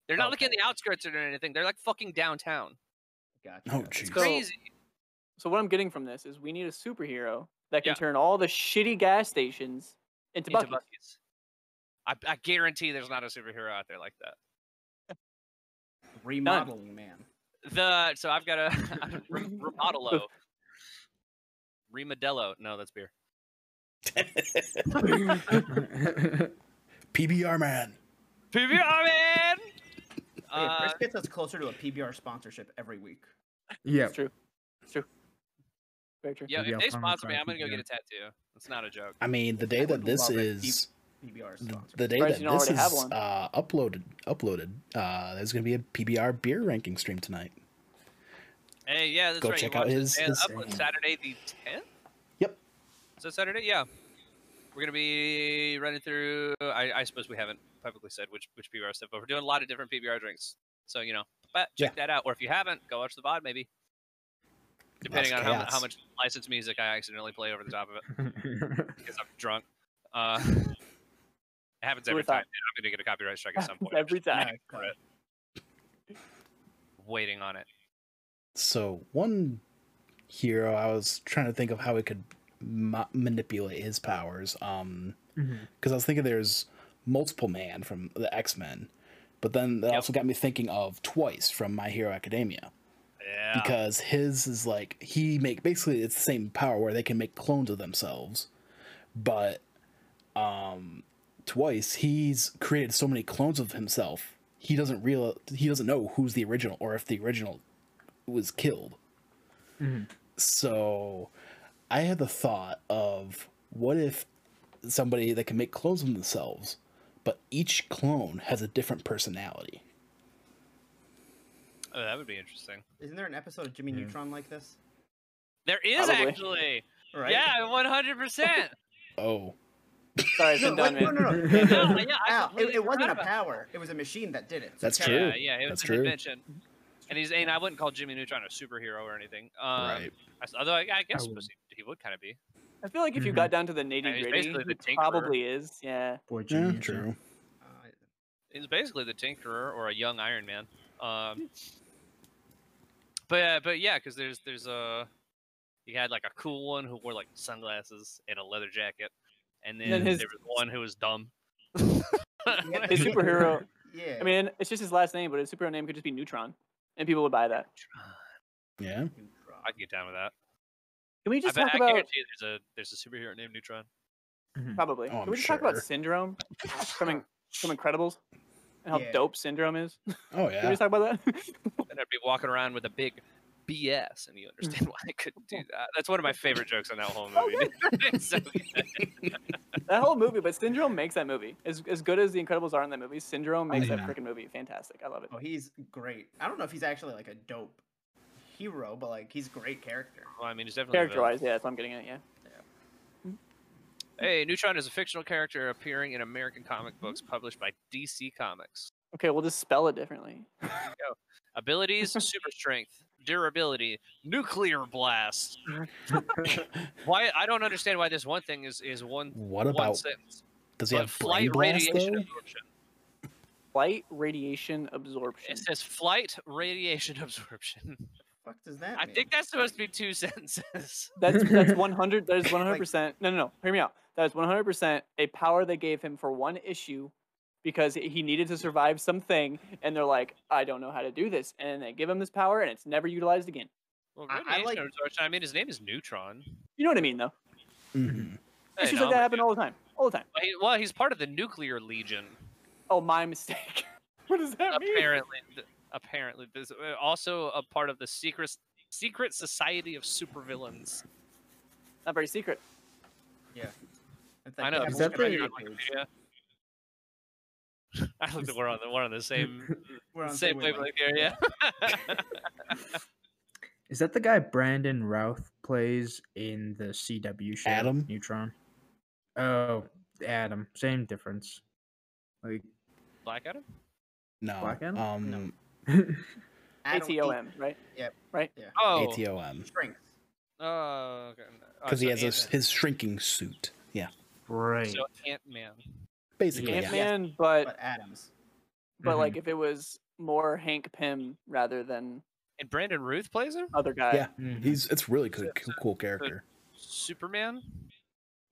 Speaker 4: They're not like in the outskirts or anything. They're like fucking downtown.
Speaker 3: Gotcha.
Speaker 2: Oh, jeez.
Speaker 1: So-
Speaker 4: Crazy.
Speaker 1: so what I'm getting from this is we need a superhero that can
Speaker 4: Yeah.
Speaker 1: turn all the shitty gas stations into,
Speaker 4: into
Speaker 1: Bucky's.
Speaker 4: Buc-ee's. I, I guarantee there's not a superhero out there like that.
Speaker 3: remodeling man.
Speaker 4: The so I've got a rem- remodelo. Remodello. No, that's beer.
Speaker 2: PBR man.
Speaker 4: PBR man.
Speaker 3: Hey,
Speaker 4: Uh,
Speaker 3: this gets us closer to a PBR sponsorship every week.
Speaker 5: Yeah.
Speaker 1: It's true. It's true. Very true.
Speaker 4: yeah,
Speaker 5: Yeah,
Speaker 4: if they
Speaker 5: Final
Speaker 4: sponsor me,
Speaker 5: Fantasy,
Speaker 4: I'm gonna go
Speaker 5: yeah.
Speaker 4: get a tattoo. That's not a joke.
Speaker 2: I mean, the day
Speaker 3: I
Speaker 2: that
Speaker 3: would
Speaker 2: this
Speaker 3: love it.
Speaker 2: is
Speaker 3: PBR
Speaker 2: the,
Speaker 3: sponsor.
Speaker 2: the day
Speaker 1: Surprised
Speaker 2: that
Speaker 1: you don't
Speaker 2: this
Speaker 1: already have
Speaker 2: is
Speaker 1: one.
Speaker 2: uh, uploaded uploaded. Uh, there's gonna be a PBR beer ranking stream tonight.
Speaker 4: Hey, yeah, that's
Speaker 2: Go
Speaker 4: right. you
Speaker 2: check out
Speaker 4: watch this.
Speaker 2: his-
Speaker 4: And
Speaker 2: his
Speaker 4: up on
Speaker 2: thing.
Speaker 4: Saturday the 10th.
Speaker 2: Yep.
Speaker 4: Is that Saturday? Yeah. We're gonna be running through. I, I suppose we haven't publicly said which which PBR stuff, but we're doing a lot of different PBR drinks. So you know, but check that out. Or if you haven't, go watch the VOD maybe. Depending on
Speaker 2: Lots of
Speaker 4: how, how
Speaker 2: chaos.
Speaker 4: much licensed music I accidentally play over the top of it because I'm drunk. Uh, it happens
Speaker 1: Do
Speaker 4: every
Speaker 1: it that-
Speaker 4: time. dude. I'm gonna get a copyright strike at some point.
Speaker 1: Every time.
Speaker 3: Nice, uh,
Speaker 4: Waiting on it.
Speaker 2: So one hero, I was trying to think of how we could ma- manipulate his powers. Um,
Speaker 5: Mhm.
Speaker 2: because I was thinking there's multiple man from the X Men, but then that
Speaker 4: Yep.
Speaker 2: also got me thinking of twice from My Hero Academia
Speaker 3: Ah.
Speaker 4: Yeah.
Speaker 2: because his is like he make basically it's the same power where they can make clones of themselves, but um, twice he's created so many clones of himself he doesn't real he doesn't know who's the original or if the original was killed.
Speaker 3: Mm-hmm.
Speaker 5: Mhm.
Speaker 2: So I had the thought of what if somebody that can make clones of themselves, but each clone has a different personality.
Speaker 4: Oh, that would be interesting.
Speaker 3: Isn't there an episode of Jimmy
Speaker 5: Yeah.
Speaker 3: Neutron like this?
Speaker 4: There is
Speaker 1: Probably.
Speaker 4: actually.
Speaker 3: Right?
Speaker 4: Yeah, one hundred percent.
Speaker 2: Oh,
Speaker 1: Sorry, I've
Speaker 3: No,
Speaker 1: been done,
Speaker 3: like- no,
Speaker 1: man.
Speaker 3: no, no.
Speaker 4: No,
Speaker 5: Yeah,
Speaker 4: yeah, I
Speaker 3: Ow,
Speaker 4: completely
Speaker 3: It, it wasn't
Speaker 4: forgot
Speaker 3: a
Speaker 4: about
Speaker 3: power. It was a machine that did it. So
Speaker 2: That's
Speaker 3: it's
Speaker 2: true.
Speaker 3: kinda-
Speaker 4: Yeah, yeah, it
Speaker 2: That's
Speaker 4: was an
Speaker 2: true.
Speaker 4: invention. And he's and I wouldn't call Jimmy Neutron a superhero or anything. Um,
Speaker 2: right.
Speaker 4: I s- Although I, I guess
Speaker 5: wouldn't.
Speaker 4: he, he would kind of be.
Speaker 1: I feel like if you got down to the
Speaker 4: Yeah,
Speaker 1: nitty
Speaker 4: he's
Speaker 1: gritty,
Speaker 4: basically the
Speaker 1: he
Speaker 4: Tinkerer.
Speaker 1: probably is. Yeah.
Speaker 5: Boy,
Speaker 2: Yeah,
Speaker 5: Jimmy,
Speaker 2: true.
Speaker 3: Uh,
Speaker 4: He's basically the Tinkerer or a young Iron Man. Um, but uh, but yeah, because there's there's a he had like a cool one who wore like sunglasses and a leather jacket, and then
Speaker 1: then his-
Speaker 4: there was one who was dumb.
Speaker 3: yeah,
Speaker 1: His
Speaker 3: yeah,
Speaker 1: superhero.
Speaker 3: Yeah.
Speaker 1: I mean, it's just his last name, but his superhero name could just be Neutron, and people would buy that.
Speaker 2: Yeah.
Speaker 3: Neutron.
Speaker 4: I can get down with that.
Speaker 1: Can we just
Speaker 4: I, bet,
Speaker 1: talk
Speaker 4: I
Speaker 1: about
Speaker 4: guarantee there's a there's a superhero named Neutron.
Speaker 1: probably?
Speaker 2: Oh,
Speaker 1: Can
Speaker 2: I'm
Speaker 1: we just talk about
Speaker 2: sure.
Speaker 1: Syndrome from In- from Incredibles and how
Speaker 3: Yeah.
Speaker 1: dope Syndrome is?
Speaker 2: Oh
Speaker 1: Can we
Speaker 2: yeah.
Speaker 1: just talk about that?
Speaker 4: and I'd be walking around with a big BS, and you understand why I couldn't do that. That's one of my favorite jokes on that whole movie. dude. It's so good.
Speaker 1: that whole movie, but Syndrome makes that movie as as good as the Incredibles are in that movie. Syndrome makes
Speaker 2: yeah.
Speaker 1: that freaking movie fantastic. I love it.
Speaker 3: Oh, he's great. I don't know if he's actually like a dope hero, but like he's a great character.
Speaker 4: Well, I mean, he's definitely a
Speaker 1: Character
Speaker 4: villain.
Speaker 1: wise, yeah, that's what I'm getting at. Yeah,
Speaker 4: Hey, Neutron is a fictional character appearing in American comic books published by DC Comics.
Speaker 1: okay, we'll just spell it differently.
Speaker 4: Abilities: super strength, durability, nuclear blast. Why I don't understand why this one thing is is one
Speaker 2: What
Speaker 4: one
Speaker 2: about
Speaker 4: sentence.
Speaker 2: does he
Speaker 4: but
Speaker 2: have brain
Speaker 4: flight
Speaker 2: blast
Speaker 4: radiation
Speaker 2: though?
Speaker 4: absorption.
Speaker 1: Light radiation absorption.
Speaker 4: It says flight radiation
Speaker 3: What
Speaker 4: absorption.
Speaker 3: the fuck does that
Speaker 4: I
Speaker 3: mean?
Speaker 4: think that's supposed to be two sentences.
Speaker 1: That's that's one hundred. That is one hundred percent. No, no, no. Hear me out. That is one hundred percent a power they gave him for one issue, because he needed to survive something, and they're like, I don't know how to do this, and they give him this power, and it's never utilized again.
Speaker 4: Well,
Speaker 3: I- I
Speaker 4: radiation
Speaker 3: like-
Speaker 4: absorption. I mean, his name is Neutron.
Speaker 1: You know what I mean, though.
Speaker 2: Mhm.
Speaker 4: Hey,
Speaker 1: Issues
Speaker 4: no,
Speaker 1: like that
Speaker 4: but
Speaker 1: happen all the time, all the time.
Speaker 4: Well, he- well, he's part of the nuclear legion,
Speaker 1: Oh, my mistake. what does that mean?
Speaker 4: apparently. Th- Apparently, this uh, also a part of the secret secret society of supervillains.
Speaker 1: Not very secret.
Speaker 3: It's
Speaker 4: I
Speaker 3: like,
Speaker 4: know.
Speaker 3: yeah,
Speaker 5: Is
Speaker 4: it's
Speaker 5: that
Speaker 3: look at
Speaker 4: right on
Speaker 5: the-
Speaker 3: our page.
Speaker 4: Wikipedia. I looked at we're on the we're on the same
Speaker 3: We're on the
Speaker 4: same
Speaker 3: wavelength.
Speaker 4: wavelength here. Yeah,
Speaker 5: Is that the guy Brandon Routh plays in the CW show?
Speaker 2: Adam?
Speaker 5: Neutron. Oh, Adam. Same difference. Like
Speaker 4: Black Adam.
Speaker 2: No.
Speaker 5: Black Adam?
Speaker 2: Um.
Speaker 5: No.
Speaker 3: I don't
Speaker 1: A T O M, right?
Speaker 4: Oh,
Speaker 2: ATOM
Speaker 3: eat Strength.
Speaker 4: oh, okay. Oh,
Speaker 2: because he
Speaker 4: so
Speaker 2: has his,
Speaker 4: Ant-Man.
Speaker 2: his shrinking suit. Yeah.
Speaker 5: right.
Speaker 4: So Ant Man.
Speaker 2: Basically.
Speaker 5: Yeah.
Speaker 1: Ant
Speaker 2: Yeah.
Speaker 1: Man, but
Speaker 3: But Adams.
Speaker 1: but
Speaker 5: Mm-hmm.
Speaker 1: like if it was more Hank Pym rather than
Speaker 4: And Brandon Ruth plays him.
Speaker 1: other guy.
Speaker 2: Yeah.
Speaker 5: Mhm.
Speaker 2: He's it's really cool, cool character.
Speaker 4: Superman.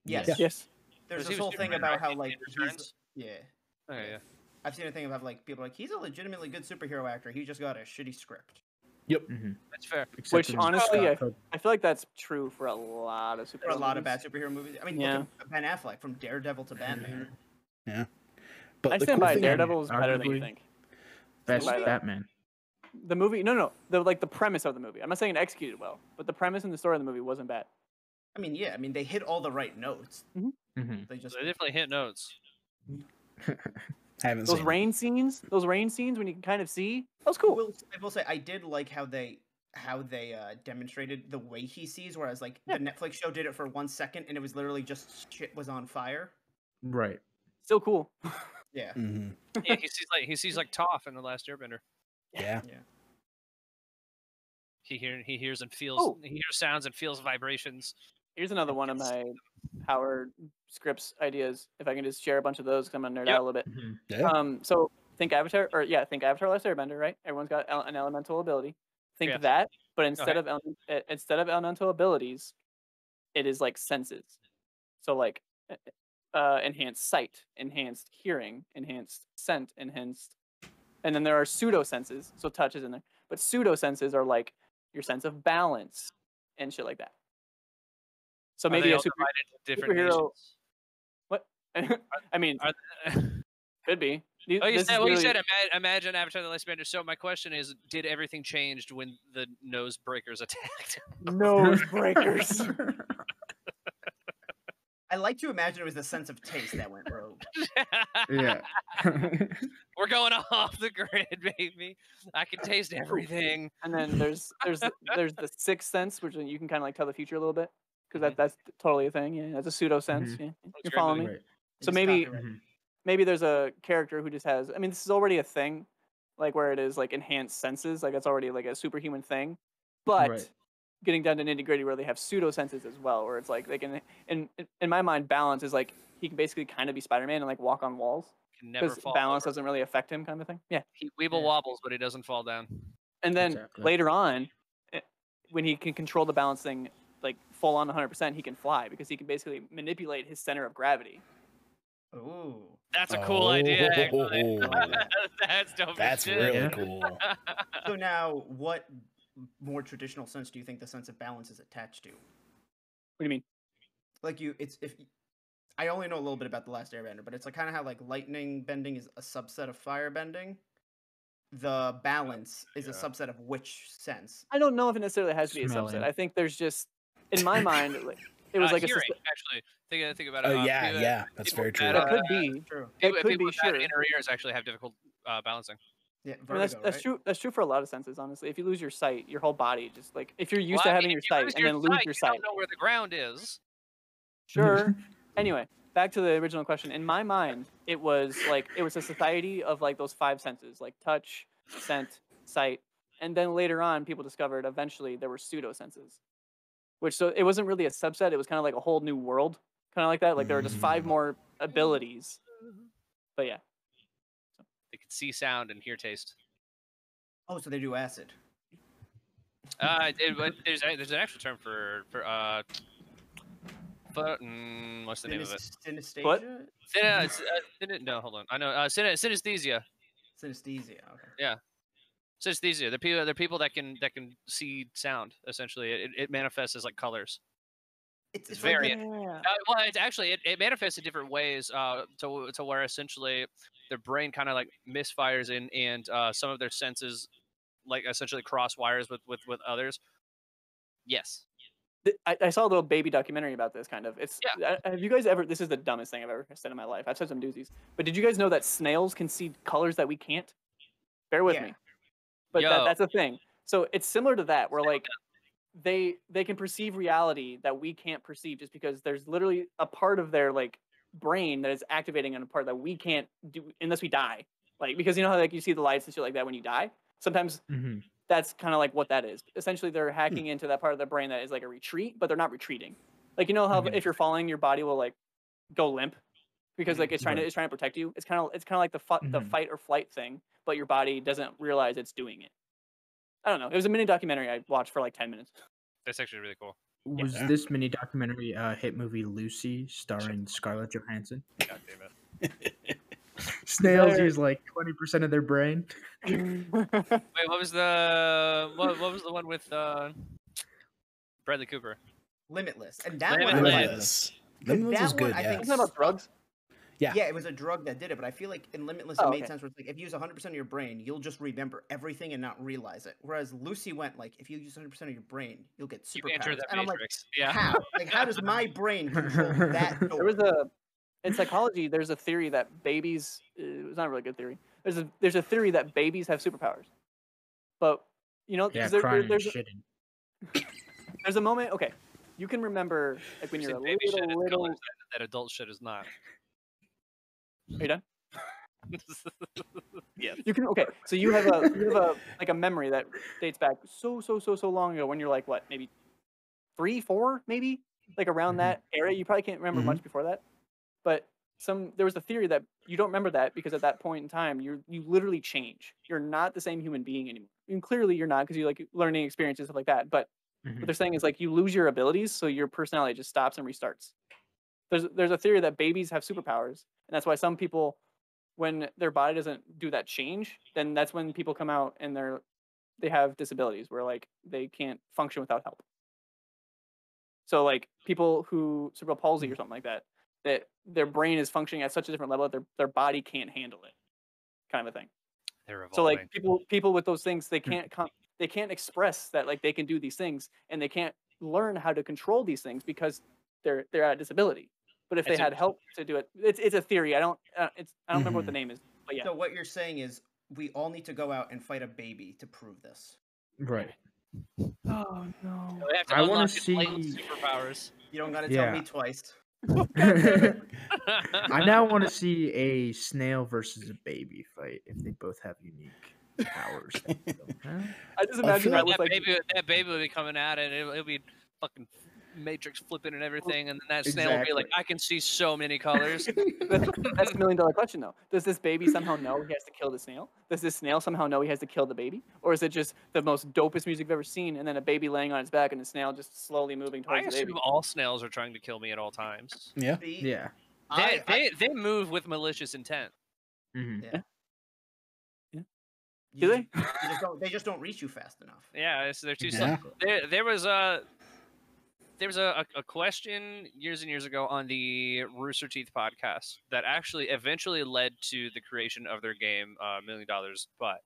Speaker 3: Yes.
Speaker 2: Yeah.
Speaker 1: Yes.
Speaker 3: There's this
Speaker 4: Because he was
Speaker 3: whole thing
Speaker 4: Superman,
Speaker 3: about
Speaker 4: right?
Speaker 3: how
Speaker 4: In
Speaker 3: like
Speaker 4: Batman
Speaker 3: he's,
Speaker 4: Returns?
Speaker 3: yeah.
Speaker 4: Oh,
Speaker 3: Yeah.
Speaker 4: yeah.
Speaker 3: I've seen a thing about like people like he's a legitimately good superhero actor. He just got a shitty script.
Speaker 5: Mhm.
Speaker 4: that's fair.
Speaker 5: Except
Speaker 1: Which
Speaker 5: it was
Speaker 1: honestly,
Speaker 5: Scott
Speaker 1: I-
Speaker 5: Cope.
Speaker 1: I feel like that's true for a lot of superheroes.
Speaker 3: There are a lot of bad superhero movies. I mean,
Speaker 1: Yeah.
Speaker 4: Mm-hmm.
Speaker 3: look at Ben Affleck from Daredevil to Batman.
Speaker 2: But
Speaker 1: I
Speaker 2: the
Speaker 1: stand
Speaker 2: cool
Speaker 1: by it.
Speaker 2: thing-
Speaker 1: Daredevil was better than you
Speaker 5: arguably-
Speaker 1: think.
Speaker 5: Best
Speaker 1: by that.
Speaker 5: Batman.
Speaker 1: The movie, no, no, the like the premise of the movie. I'm not saying it executed well, but the premise and the story of the movie wasn't bad.
Speaker 3: I mean, yeah, I mean, they hit all the right notes.
Speaker 5: Mhm.
Speaker 3: They just
Speaker 4: So they definitely hit notes.
Speaker 2: I haven't
Speaker 1: Those
Speaker 2: seen.
Speaker 1: rain scenes, those rain scenes when you can kind of see, that was
Speaker 3: I
Speaker 1: cool.
Speaker 3: will, I will say I did like how they how they uh, demonstrated the way he sees, whereas like the Netflix show did it for one second and it was literally just shit was on fire.
Speaker 5: Right.
Speaker 1: Still cool.
Speaker 3: Yeah.
Speaker 2: hmm
Speaker 4: yeah, he sees like he sees like Toph in the Last Airbender.
Speaker 2: Yeah.
Speaker 4: He hear, he hears and feels
Speaker 1: Oh.
Speaker 4: he hears sounds and feels vibrations.
Speaker 1: Here's another one of my power scripts ideas. If I can just share a bunch of those, because I'm gonna nerd
Speaker 4: Yep.
Speaker 1: out a little bit.
Speaker 5: Mhm.
Speaker 4: Uh,
Speaker 2: Yeah.
Speaker 1: Um, so think Avatar, or yeah, think Avatar: Last Airbender, right? Everyone's got el- an elemental ability. Think
Speaker 4: Yeah.
Speaker 1: that, but instead
Speaker 4: ahead.
Speaker 1: of ele- uh, instead of elemental abilities, it is like senses. So like, uh, uh, enhanced sight, enhanced hearing, enhanced scent, enhanced, and then there are pseudo senses. So touch is in there, but pseudo senses are like your sense of balance and shit like that. So
Speaker 4: Are they
Speaker 1: maybe a
Speaker 4: all
Speaker 1: super.
Speaker 4: divided into different
Speaker 1: superhero-
Speaker 4: nations?
Speaker 1: I mean,
Speaker 4: Are
Speaker 1: could be. These-
Speaker 4: Oh, you
Speaker 1: this
Speaker 4: said,
Speaker 1: is
Speaker 4: well, you
Speaker 1: really-
Speaker 4: said ima- imagine Avatar the Last Airbender. So my question is, did everything changed when the nose breakers attacked?
Speaker 1: nose breakers.
Speaker 3: I like to imagine it was the sense of taste that went rogue.
Speaker 5: Yeah. Mm-hmm.
Speaker 4: We're going off the grid, baby. I can taste everything.
Speaker 1: and then there's there's the- there's the sixth sense, which uh, you can kind of like tell the future a little bit because
Speaker 4: Mhm.
Speaker 1: that that's totally a thing. Yeah, that's a pseudo sense. Yeah,
Speaker 5: Mhm.
Speaker 4: Mm-hmm. That's
Speaker 1: you're
Speaker 4: great
Speaker 1: following me.
Speaker 4: movie.
Speaker 5: right.
Speaker 3: They
Speaker 1: So
Speaker 3: just
Speaker 1: maybe-
Speaker 3: copyright-
Speaker 5: Mhm.
Speaker 1: Maybe there's a character who just has. I mean, this is already a thing, like where it is like enhanced senses, like it's already like a superhuman thing, but.
Speaker 5: Right.
Speaker 1: Getting down to nitty gritty, where they have pseudo senses as well, where it's like they can, in in- in my mind, balance is like he can basically kind of be Spider Man and like walk on walls
Speaker 4: Can never
Speaker 1: because
Speaker 4: fall.
Speaker 1: balance
Speaker 4: over.
Speaker 1: doesn't really affect him, kind of thing. Yeah,
Speaker 4: He weeble wobbles, but he doesn't fall down.
Speaker 1: and then
Speaker 5: Exactly.
Speaker 1: later on eh, when he can control the balance thing like full on 100% he can fly because he can basically manipulate his center of gravity Mm-hmm.
Speaker 3: Ooh.
Speaker 4: That's a cool idea. Actually.
Speaker 2: Oh.
Speaker 4: That's dope. as
Speaker 2: That's
Speaker 4: shit.
Speaker 2: really cool.
Speaker 1: Uh,
Speaker 3: So now, what m- more traditional sense do you think the sense of balance is attached to?
Speaker 1: what do you mean
Speaker 3: Like you, it's if y- I only know a little bit about the Last Airbender, but it's like kind of how like lightning bending is a subset of fire bending. The balance is a
Speaker 4: Yeah.
Speaker 3: subset of which sense?
Speaker 1: i don't know if it necessarily has to be a subset
Speaker 5: Smelling.
Speaker 1: i think there's just in my mind like, it was
Speaker 4: Uh,
Speaker 1: like a
Speaker 4: hearing,
Speaker 1: system
Speaker 4: actually. Think, think about it.
Speaker 2: Oh
Speaker 4: uh,
Speaker 2: yeah,
Speaker 4: people-
Speaker 2: yeah, that's very true.
Speaker 4: that,
Speaker 1: it
Speaker 4: uh,
Speaker 1: could be
Speaker 3: True.
Speaker 1: it
Speaker 4: people-
Speaker 1: could
Speaker 4: people
Speaker 1: be
Speaker 4: with bad
Speaker 1: sure
Speaker 4: Inner ears actually have difficult uh, balancing.
Speaker 3: Yeah,
Speaker 1: I mean, that's,
Speaker 3: vertigo,
Speaker 1: that's
Speaker 3: right?
Speaker 1: true. That's true for a lot of senses, honestly. If you lose your sight, your whole body just like if you're used
Speaker 4: Well,
Speaker 1: to
Speaker 4: I
Speaker 1: having
Speaker 4: mean,
Speaker 1: your
Speaker 4: if you
Speaker 1: sight
Speaker 4: lose
Speaker 1: and then lose your sight,
Speaker 4: You don't know where the ground is.
Speaker 1: Sure. anyway, back to the original question. In my mind, it was like it was a society of like those five senses, like touch, scent, sight, and then later on, people discovered eventually there were pseudo senses, which so it wasn't really a subset. It was kind of like a whole new world, kind of like that. Like there were just five
Speaker 2: Mm.
Speaker 1: more abilities. But yeah,
Speaker 4: They can see sound and hear taste.
Speaker 3: Oh, so they do acid.
Speaker 4: Uh, it, but there's a- there's an actual term for for uh, but, mm, what's the name of it?
Speaker 3: Synes- Synesthesia.
Speaker 4: Syn- uh, s- uh, syne- no, hold on. I know uh, syne- synesthesia.
Speaker 3: Synesthesia. Okay.
Speaker 4: Synesthesia. They're people. They're people that can that can see sound. Essentially, it, it manifests as like colors.
Speaker 3: It's,
Speaker 4: It's
Speaker 3: like
Speaker 4: very-
Speaker 3: the-
Speaker 1: yeah.
Speaker 4: Uh, well, it's actually it, it manifests in different ways. Uh, to to where essentially their brain kind of like misfires in, and uh, some of their senses like essentially cross wires with with with others. Yes.
Speaker 1: Th- I, I saw a little baby documentary about this kind of. It's
Speaker 4: Yeah.
Speaker 1: I- have you guys ever? This is the dumbest thing I've ever said in my life. I've said some doozies, but did you guys know that snails can see colors that we can't? Bear with
Speaker 3: Yeah.
Speaker 1: me, but
Speaker 4: Yo.
Speaker 1: that, that's a thing. So it's similar to that, where like they they can perceive reality that we can't perceive just because there's literally a part of their like brain that is activating on a part that we can't do unless we die. Like because you know how like you see the lights and shit like that when you die. Sometimes
Speaker 5: Mhm.
Speaker 1: that's kind of like what that is. Essentially, they're
Speaker 5: Hmm.
Speaker 1: hacking into that part of the brain that is like a retreat, but they're not retreating. Like you know how
Speaker 5: Mhm.
Speaker 1: if you're falling, your body will like go limp because like it's trying to
Speaker 5: Mm-hmm. Right.
Speaker 1: it's trying to protect you. It's kind of it's kind of like the fu- the
Speaker 5: Mhm.
Speaker 1: fight or flight thing, but your body doesn't realize it's doing it. I don't know. It was a mini documentary I watched for like ten minutes.
Speaker 4: That's actually really cool.
Speaker 5: Was
Speaker 2: Yeah.
Speaker 5: this mini documentary uh, hit movie Lucy starring Scarlett Johansson?
Speaker 4: God damn it.
Speaker 5: Snails
Speaker 1: There-
Speaker 5: use like twenty percent of their brain.
Speaker 4: Wait, what was the what, what was the one with uh, Bradley Cooper?
Speaker 3: limitless, and that one. I like.
Speaker 4: Limitless.
Speaker 2: Limitless.
Speaker 3: That
Speaker 2: Limitless was
Speaker 3: one,
Speaker 2: good.
Speaker 3: I
Speaker 2: Yeah.
Speaker 3: think-
Speaker 1: Isn't that about drugs?
Speaker 2: Yeah.
Speaker 3: yeah, it was a drug that did it, but I feel like in Limitless
Speaker 1: Oh,
Speaker 3: it made
Speaker 1: okay.
Speaker 3: sense where it's like if you use 100% of your brain, you'll just remember everything and not realize it. Whereas Lucy went like if you use 100% of your brain, you'll get
Speaker 4: You
Speaker 3: superpowers.
Speaker 4: enter that
Speaker 3: and I'm like,
Speaker 4: matrix. yeah.
Speaker 3: how? Like how does my brain control that
Speaker 1: There
Speaker 3: door?
Speaker 1: was a in psychology. There's a theory that babies. uh, It's not a really good theory. There's a there's a theory that babies have superpowers, but you know, 'cause
Speaker 5: Yeah,
Speaker 1: there- there-
Speaker 5: crying
Speaker 1: there's a-
Speaker 5: and shitting.
Speaker 1: there's a moment. Okay, you can remember like when
Speaker 4: See,
Speaker 1: you're a
Speaker 4: baby shit is
Speaker 1: little little.
Speaker 4: colors that, that adult shit is not.
Speaker 1: Are you done? You can okay. So you have a you have a like a memory that dates back so so so so long ago when you're like what maybe three four maybe like around
Speaker 5: Mhm.
Speaker 1: that area. You probably can't remember
Speaker 2: Mhm.
Speaker 1: much before that, but some there was a theory that you don't remember that because at that point in time you you literally change. You're not the same human being anymore. And clearly you're not because you like learning experiences stuff like that. But what
Speaker 5: Mhm.
Speaker 1: they're saying is like you lose your abilities, so your personality just stops and restarts. There's there's a theory that babies have superpowers, and that's why some people, when their body doesn't do that change, then that's when people come out and they're they have disabilities where like they can't function without help. So like people who cerebral palsy or something like that, that their brain is functioning at such a different level that their their body can't handle it, kind of a thing.
Speaker 4: They're evolving.
Speaker 1: So like people people with those things they can't com- they can't express that like they can do these things and they can't learn how to control these things because they're they're at a disability. But if they
Speaker 4: It's a-
Speaker 1: had help to do it, it's it's a theory. I don't uh, it's I don't remember what the name is, but yeah.
Speaker 3: So what you're saying is we all need to go out and fight a baby to prove this.
Speaker 5: Right.
Speaker 1: Oh no.
Speaker 4: They have to
Speaker 5: I wanna
Speaker 4: unlock his latent
Speaker 5: see-
Speaker 4: superpowers.
Speaker 3: You don't gotta
Speaker 5: Yeah.
Speaker 3: tell me twice.
Speaker 5: I now want to see a snail versus a baby fight if they both have unique powers. that they don't have.
Speaker 1: I just
Speaker 2: feel
Speaker 1: imagine
Speaker 2: like
Speaker 1: that with
Speaker 4: that
Speaker 1: like
Speaker 4: baby, that baby will be coming out and it'll, it'll be fucking matrix flipping and everything, and then that snail will be like,
Speaker 5: Exactly.
Speaker 4: "I can see so many colors."
Speaker 1: that's, that's the million dollar question though. Does this baby somehow know he has to kill the snail? Does this snail somehow know he has to kill the baby? Or is it just the most dopest music I've ever seen and then a baby laying on its back and a snail just slowly moving
Speaker 4: I
Speaker 1: towards the baby?
Speaker 4: assume all snails are trying to kill me at all times.
Speaker 2: Yeah.
Speaker 3: See,
Speaker 5: Yeah.
Speaker 4: They,
Speaker 3: I, I-
Speaker 4: they, they move with malicious intent.
Speaker 5: hmm
Speaker 1: Do
Speaker 3: you
Speaker 1: they?
Speaker 3: ju- you just don't- they just don't reach you fast enough.
Speaker 4: Yeah, it's, they're too slow.
Speaker 2: Yeah.
Speaker 4: There, there was a there was a, a a question years and years ago on the Rooster Teeth podcast that actually eventually led to the creation of their game uh, Million Dollars But,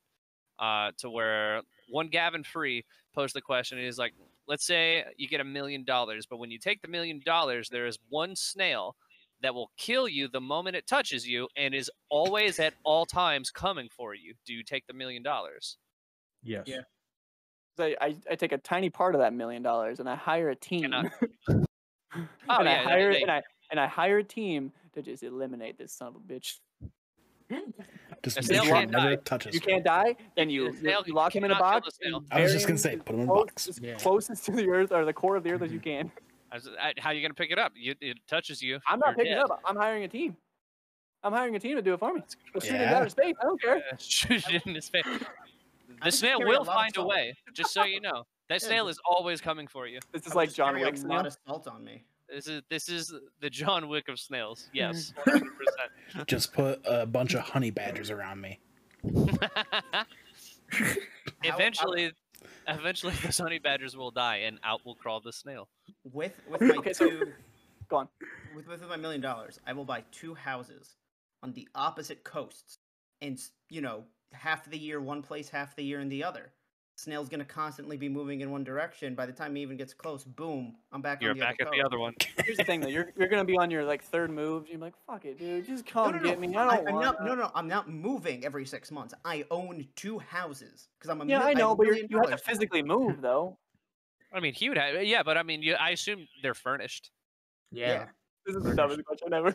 Speaker 4: uh, to where one Gavin Free posed the question. He's like, let's say you get a million dollars, but when you take the million dollars, there is one snail that will kill you the moment it touches you and is always at all times coming for you. Do you take the million dollars?
Speaker 5: Yes.
Speaker 3: Yeah.
Speaker 1: I, I, I take a tiny part of that million dollars and I hire a team.
Speaker 4: I- oh,
Speaker 1: and I
Speaker 4: yeah, that-
Speaker 1: hire
Speaker 4: they-
Speaker 1: and I and I hire a team to just eliminate this son of a bitch.
Speaker 2: Just
Speaker 4: A
Speaker 2: make
Speaker 4: snail
Speaker 2: sure it
Speaker 4: can't
Speaker 2: never
Speaker 4: die.
Speaker 2: touches.
Speaker 1: You can't die, then
Speaker 4: you-
Speaker 1: you,
Speaker 4: the
Speaker 1: you,
Speaker 4: snail-
Speaker 1: you
Speaker 4: you
Speaker 1: lock him in a
Speaker 4: cannot kill the
Speaker 1: box.
Speaker 4: snail.
Speaker 1: and
Speaker 2: I was
Speaker 1: bury
Speaker 2: just
Speaker 1: him
Speaker 2: gonna say, put them in a
Speaker 1: close-
Speaker 2: box.
Speaker 1: as
Speaker 5: Yeah.
Speaker 1: closest to the earth or the core of the earth as you can.
Speaker 4: I was- I- how you gonna pick it up? You, it touches you.
Speaker 1: I'm not
Speaker 4: you're
Speaker 1: picking
Speaker 4: dead.
Speaker 1: it up. I'm hiring a team. I'm hiring a team to do it for me. We'll shoot it
Speaker 2: Yeah.
Speaker 1: out of space. I don't care.
Speaker 4: Uh, Shoot it in his face. The
Speaker 3: just
Speaker 4: snail
Speaker 3: carry a
Speaker 4: will
Speaker 3: lot of
Speaker 4: find a
Speaker 3: salt.
Speaker 4: way. Just so you know, that
Speaker 3: Yeah,
Speaker 4: snail is always coming for you.
Speaker 1: This is
Speaker 3: I would
Speaker 1: like
Speaker 3: just
Speaker 1: John
Speaker 3: carry
Speaker 1: Wick's
Speaker 3: a lot
Speaker 1: now.
Speaker 3: of salt on me.
Speaker 4: This is this is the John Wick of snails. Yes, 100%.
Speaker 2: Just put a bunch of honey badgers around me.
Speaker 3: I'll-
Speaker 4: eventually, eventually, the honey badgers will die, and out will crawl the snail.
Speaker 3: With with my
Speaker 1: Okay, so-
Speaker 3: two
Speaker 1: Go on.
Speaker 3: with, with my million dollars, I will buy two houses on the opposite coasts, and s- you know, half the year one place, half the year in the other. Snail's gonna constantly be moving in one direction. By the time he even gets close, boom, I'm back
Speaker 4: You're
Speaker 3: on the
Speaker 4: back
Speaker 3: other
Speaker 4: at the
Speaker 3: coast.
Speaker 4: other one.
Speaker 1: Here's the thing though. You're you're gonna be on your like third move. You're like, fuck it, dude. Just come
Speaker 3: no, no,
Speaker 1: get
Speaker 3: no.
Speaker 1: me. I don't
Speaker 3: I, am
Speaker 1: want.
Speaker 3: not, no, no, I'm not moving every six months. I own two houses because I'm a
Speaker 1: Yeah,
Speaker 3: mil-
Speaker 1: I know, but you're,
Speaker 3: million
Speaker 1: you have to
Speaker 3: dollars.
Speaker 1: physically move though.
Speaker 4: I mean, he would have. Yeah, but I mean, you, I assume they're furnished.
Speaker 5: Yeah.
Speaker 1: This is the dumbest question ever.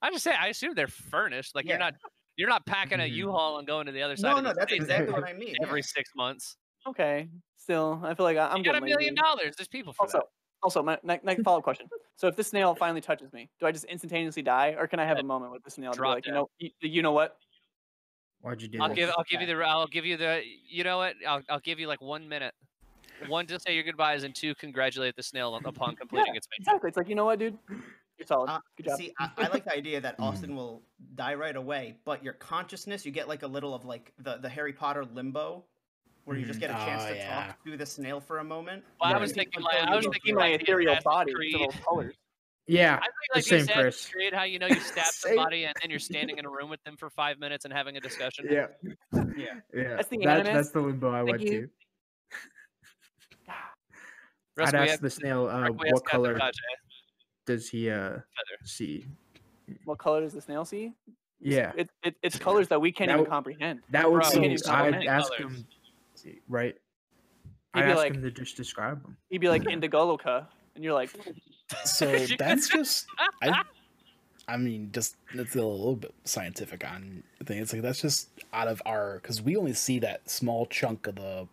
Speaker 4: I just say I assume they're furnished. Like you're
Speaker 3: Yeah. Mm-hmm.
Speaker 4: not you're not packing a
Speaker 5: Mhm.
Speaker 4: U-Haul and going to the other side.
Speaker 3: No,
Speaker 4: of
Speaker 3: no,
Speaker 4: the
Speaker 3: that's
Speaker 4: state
Speaker 3: exactly what I mean. yeah.
Speaker 4: every six months.
Speaker 1: Okay. Still, I feel like I, I'm
Speaker 4: you got
Speaker 1: getting
Speaker 4: a
Speaker 1: lazy.
Speaker 4: million dollars. There's people for
Speaker 1: Also, also, my next, next follow up question. So, if this snail finally touches me, do I just instantaneously die, or can I have a
Speaker 4: Dead.
Speaker 1: moment with the snail to be
Speaker 4: Drop
Speaker 1: like, you
Speaker 4: dead.
Speaker 1: know, you, you know what?
Speaker 5: Why'd you do
Speaker 4: that. I'll
Speaker 5: that?
Speaker 4: give I'll give you the I'll give you the you know what I'll I'll give you like one minute. One to say your goodbyes and two congratulate the snail on- upon completing its mission.
Speaker 1: Exactly. It's like, you know what, dude? You're solid.
Speaker 3: Uh,
Speaker 1: Good job.
Speaker 3: See, I, I like the idea
Speaker 2: Mm.
Speaker 3: that Austin will die right away, but your consciousness, you get like a little of like the, the Harry Potter limbo, where you just get a chance
Speaker 2: Oh,
Speaker 3: to
Speaker 2: yeah.
Speaker 3: talk to the snail for a moment.
Speaker 4: Well, I
Speaker 5: Right.
Speaker 4: was
Speaker 3: People
Speaker 4: thinking
Speaker 3: until
Speaker 4: like I
Speaker 3: you
Speaker 4: was
Speaker 3: go
Speaker 4: thinking
Speaker 1: See my
Speaker 4: like the
Speaker 1: ethereal
Speaker 4: Assassin's
Speaker 1: body with
Speaker 4: Creed.
Speaker 1: little colors.
Speaker 5: Yeah,
Speaker 4: I think
Speaker 5: the
Speaker 4: like you
Speaker 5: same
Speaker 4: said,
Speaker 5: person.
Speaker 4: create how you know you stab
Speaker 5: Same.
Speaker 4: somebody and then you're standing in a room with them for five minutes and having a discussion.
Speaker 5: yeah,
Speaker 3: Yeah.
Speaker 5: yeah.
Speaker 1: That's the
Speaker 5: that,
Speaker 1: animus.
Speaker 5: that's the limbo I went
Speaker 1: you.
Speaker 5: to.
Speaker 4: Russ,
Speaker 5: I'd
Speaker 4: we
Speaker 5: ask
Speaker 4: have-
Speaker 5: the snail uh,
Speaker 4: Rick, we have
Speaker 5: what
Speaker 4: Scott
Speaker 5: color
Speaker 4: Dodge, eh?
Speaker 5: does he uh
Speaker 4: feather.
Speaker 5: see.
Speaker 1: What color does the snail see?
Speaker 5: Yeah,
Speaker 1: It, it, it's colors that we can't
Speaker 5: That
Speaker 1: even
Speaker 5: w-
Speaker 1: comprehend.
Speaker 5: that would
Speaker 4: Bro,
Speaker 5: so
Speaker 1: he's got
Speaker 5: I'd
Speaker 1: many
Speaker 5: ask
Speaker 4: colours.
Speaker 5: him see, right.
Speaker 1: He'd
Speaker 5: I'd
Speaker 1: be
Speaker 5: ask
Speaker 1: like-
Speaker 5: him to just describe them.
Speaker 1: He'd be like Indigoloka, and you're like,
Speaker 2: So that's just I I mean, just it's a little bit scientific on the thing. It's like that's just out of our because we only see that small chunk of the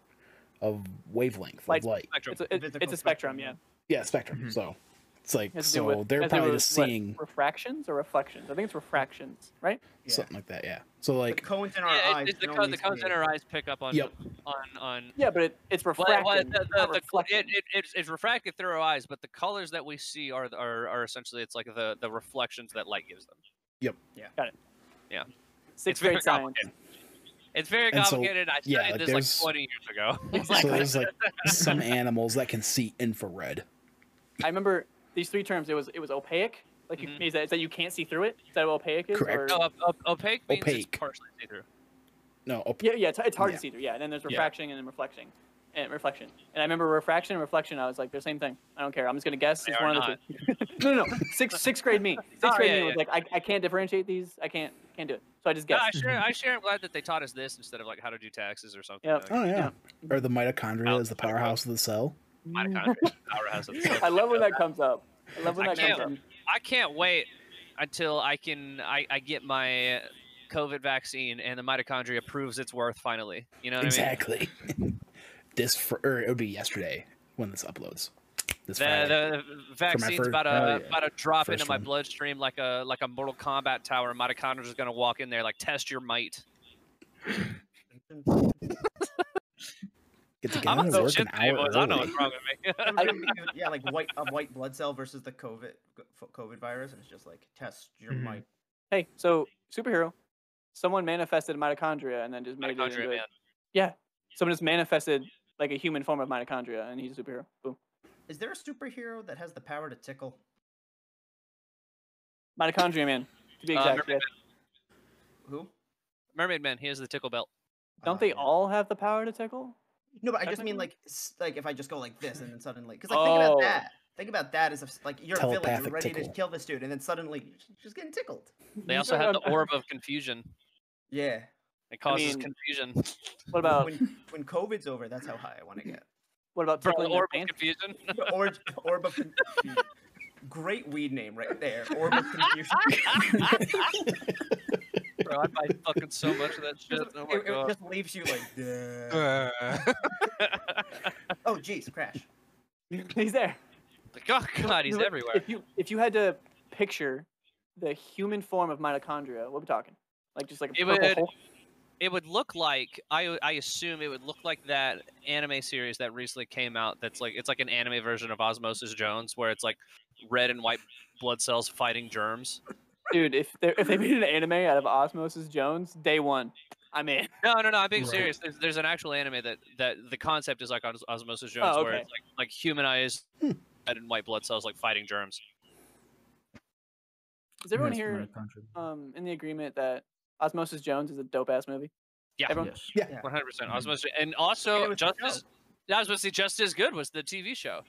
Speaker 2: of wavelength
Speaker 1: Light
Speaker 2: of light.
Speaker 4: Spectrum.
Speaker 1: it's a, it-
Speaker 3: Physical
Speaker 1: it's a spectrum, yeah.
Speaker 3: spectrum,
Speaker 2: Yeah, spectrum.
Speaker 5: Mhm.
Speaker 2: So it's like
Speaker 1: Mm-hmm. Has to do
Speaker 2: so
Speaker 1: with-
Speaker 2: they're
Speaker 1: has to do
Speaker 2: probably
Speaker 1: with
Speaker 2: just
Speaker 1: what?
Speaker 2: seeing
Speaker 1: refractions or reflections. I think it's refractions, right?
Speaker 3: Yeah.
Speaker 2: something like that. Yeah. So
Speaker 3: The
Speaker 2: like
Speaker 3: cones in our
Speaker 4: Yeah,
Speaker 3: eyes.
Speaker 4: it, it's the,
Speaker 3: can
Speaker 4: co-
Speaker 3: only
Speaker 4: the cones
Speaker 3: see-
Speaker 4: in our eyes pick up on
Speaker 2: Yep.
Speaker 4: on on.
Speaker 1: Yeah, but it, it's
Speaker 4: Well,
Speaker 1: refraction.
Speaker 4: well, the, the,
Speaker 1: not
Speaker 4: the, it,
Speaker 1: reflection.
Speaker 4: it, it's, it's refracted through our eyes, but the colors that we see are are, are essentially it's like the, the reflections that light gives them.
Speaker 1: Sixth
Speaker 4: it's very
Speaker 1: grade science.
Speaker 4: complicated. It's very
Speaker 2: And so,
Speaker 4: complicated. I
Speaker 2: yeah,
Speaker 4: studied
Speaker 2: like,
Speaker 4: this
Speaker 2: there's-
Speaker 4: like 20 years ago. It's like,
Speaker 2: so there's like some animals that can see infrared.
Speaker 1: I remember these three terms. It was it was opaic. Like
Speaker 4: Mhm.
Speaker 1: you, is that is that you can't see through it? Is that what opaic is?
Speaker 2: Correct.
Speaker 1: Or,
Speaker 4: no, op- op- opaque means
Speaker 2: Opaque.
Speaker 4: it's partially see through.
Speaker 2: No, oh, op-
Speaker 1: yeah, yeah. It's, it's hard
Speaker 2: Yeah.
Speaker 1: to see through. Yeah, and then there's
Speaker 4: Yeah.
Speaker 1: refraction and then reflection, and reflection. And I remember refraction and reflection. I was like, they're same thing. I don't care. I'm just gonna guess.
Speaker 4: They
Speaker 1: it's
Speaker 4: are
Speaker 1: one
Speaker 4: not.
Speaker 1: of the two. no, no, no. Sixth sixth grade me. Sixth
Speaker 4: Oh,
Speaker 1: grade
Speaker 4: yeah,
Speaker 1: me was like, I, I can't differentiate these. I can't can't do it. So I just
Speaker 4: No,
Speaker 1: guessed.
Speaker 4: I sure,
Speaker 2: Mm-hmm.
Speaker 4: I sure am glad that they taught us this instead of like how to do taxes or something.
Speaker 1: Yep.
Speaker 4: Like,
Speaker 2: Oh yeah. Or the mitochondria is the powerhouse of the cell.
Speaker 4: mitochondria, powerhouse of the cell.
Speaker 1: I love when that comes up. I love when
Speaker 4: I
Speaker 1: that comes up.
Speaker 4: can't. I can't wait until I can I, I get my uh, COVID vaccine and the mitochondria proves its worth finally. You know what
Speaker 2: exactly. this for or it would be yesterday when this uploads. This
Speaker 4: I
Speaker 2: Friday.
Speaker 4: mean? The, the vaccine's
Speaker 2: fir-
Speaker 4: about to
Speaker 5: oh, yeah.
Speaker 4: about to drop
Speaker 2: uh,
Speaker 4: into
Speaker 2: First
Speaker 4: my
Speaker 2: one.
Speaker 4: bloodstream like a like a Mortal Kombat tower. Mitochondria is gonna walk in there like test your might.
Speaker 2: Get
Speaker 4: I'm
Speaker 2: together
Speaker 4: on
Speaker 2: and
Speaker 4: some
Speaker 2: work
Speaker 4: shit
Speaker 2: an
Speaker 4: today,
Speaker 2: hour
Speaker 4: boys. I don't know
Speaker 2: early.
Speaker 4: what's wrong with me.
Speaker 3: Remember thinking of- yeah, like white a white blood cell versus the COVID COVID virus, and it's just like test your
Speaker 2: Mm-hmm.
Speaker 5: Mhm.
Speaker 3: mic.
Speaker 1: Hey, so superhero, someone manifested mitochondria and then just made it.
Speaker 4: mitochondria,
Speaker 1: Into a-
Speaker 4: man.
Speaker 1: Yeah, someone just manifested like a human form of mitochondria, and he's a superhero. Boom.
Speaker 3: Is there a superhero that has the power to tickle?
Speaker 1: Mitochondria man, to be
Speaker 4: Uh,
Speaker 1: exact.
Speaker 4: Mermaid
Speaker 1: yes.
Speaker 3: Who?
Speaker 4: Mermaid Man, he has the tickle belt.
Speaker 3: Ah,
Speaker 1: Don't they
Speaker 3: yeah.
Speaker 1: all have the power to tickle?
Speaker 3: No, but I just mean
Speaker 1: technically?
Speaker 3: like s- like if I just go like this and then suddenly because like think
Speaker 1: Oh.
Speaker 3: about that. Think about that as if s- like you're a villain,
Speaker 2: Telepathic
Speaker 3: you're ready
Speaker 2: tickle.
Speaker 3: to kill this dude, and then suddenly you're j- just getting tickled.
Speaker 4: They also have the orb of confusion.
Speaker 3: Yeah.
Speaker 4: It causes
Speaker 1: mean,
Speaker 4: confusion.
Speaker 1: What about
Speaker 3: when when COVID's over, that's how high I want to get.
Speaker 1: what about
Speaker 4: Bro, the
Speaker 1: tickling their
Speaker 4: orb of
Speaker 1: pants?
Speaker 4: confusion.
Speaker 3: The Orb, orb of confusion. Great weed name right there. Orb of confusion.
Speaker 4: Bro, I buy fucking so much of that shit.
Speaker 3: Just-
Speaker 4: Oh
Speaker 3: it, it
Speaker 4: my
Speaker 3: just leaves you like. "Duh."
Speaker 4: god.
Speaker 3: Oh, jeez, crash.
Speaker 1: He's there.
Speaker 4: Like, oh god, he's
Speaker 1: Look,
Speaker 4: everywhere.
Speaker 1: If you if you had to picture the human form of mitochondria, what are we talking? Like just like a
Speaker 4: It
Speaker 1: purple
Speaker 4: would-
Speaker 1: hole?
Speaker 4: It would look like I w- I assume it would look like that anime series that recently came out. That's like it's like an anime version of Osmosis Jones, where it's like red and white blood cells fighting germs.
Speaker 1: dude. If they if they made an anime out of Osmosis Jones, day one, I'm in.
Speaker 4: No, no, no. I'm being
Speaker 5: Right.
Speaker 4: serious. There's, there's an actual anime that that the concept is like Os- Osmosis Jones, where
Speaker 1: okay.
Speaker 4: it's like like humanized red and white blood cells like fighting germs.
Speaker 1: Is everyone
Speaker 5: That's
Speaker 1: here
Speaker 5: mitochondria.
Speaker 1: um in the agreement that Osmosis Jones is a dope ass movie?
Speaker 4: Yeah.
Speaker 1: Everyone-
Speaker 5: Yes.
Speaker 2: Yeah.
Speaker 3: Yeah.
Speaker 4: One hundred percent.
Speaker 5: Mhm.
Speaker 4: Osmosis, and
Speaker 3: And it
Speaker 4: also
Speaker 3: was the show.
Speaker 4: Justice. That was supposed to be just as good was the TV show.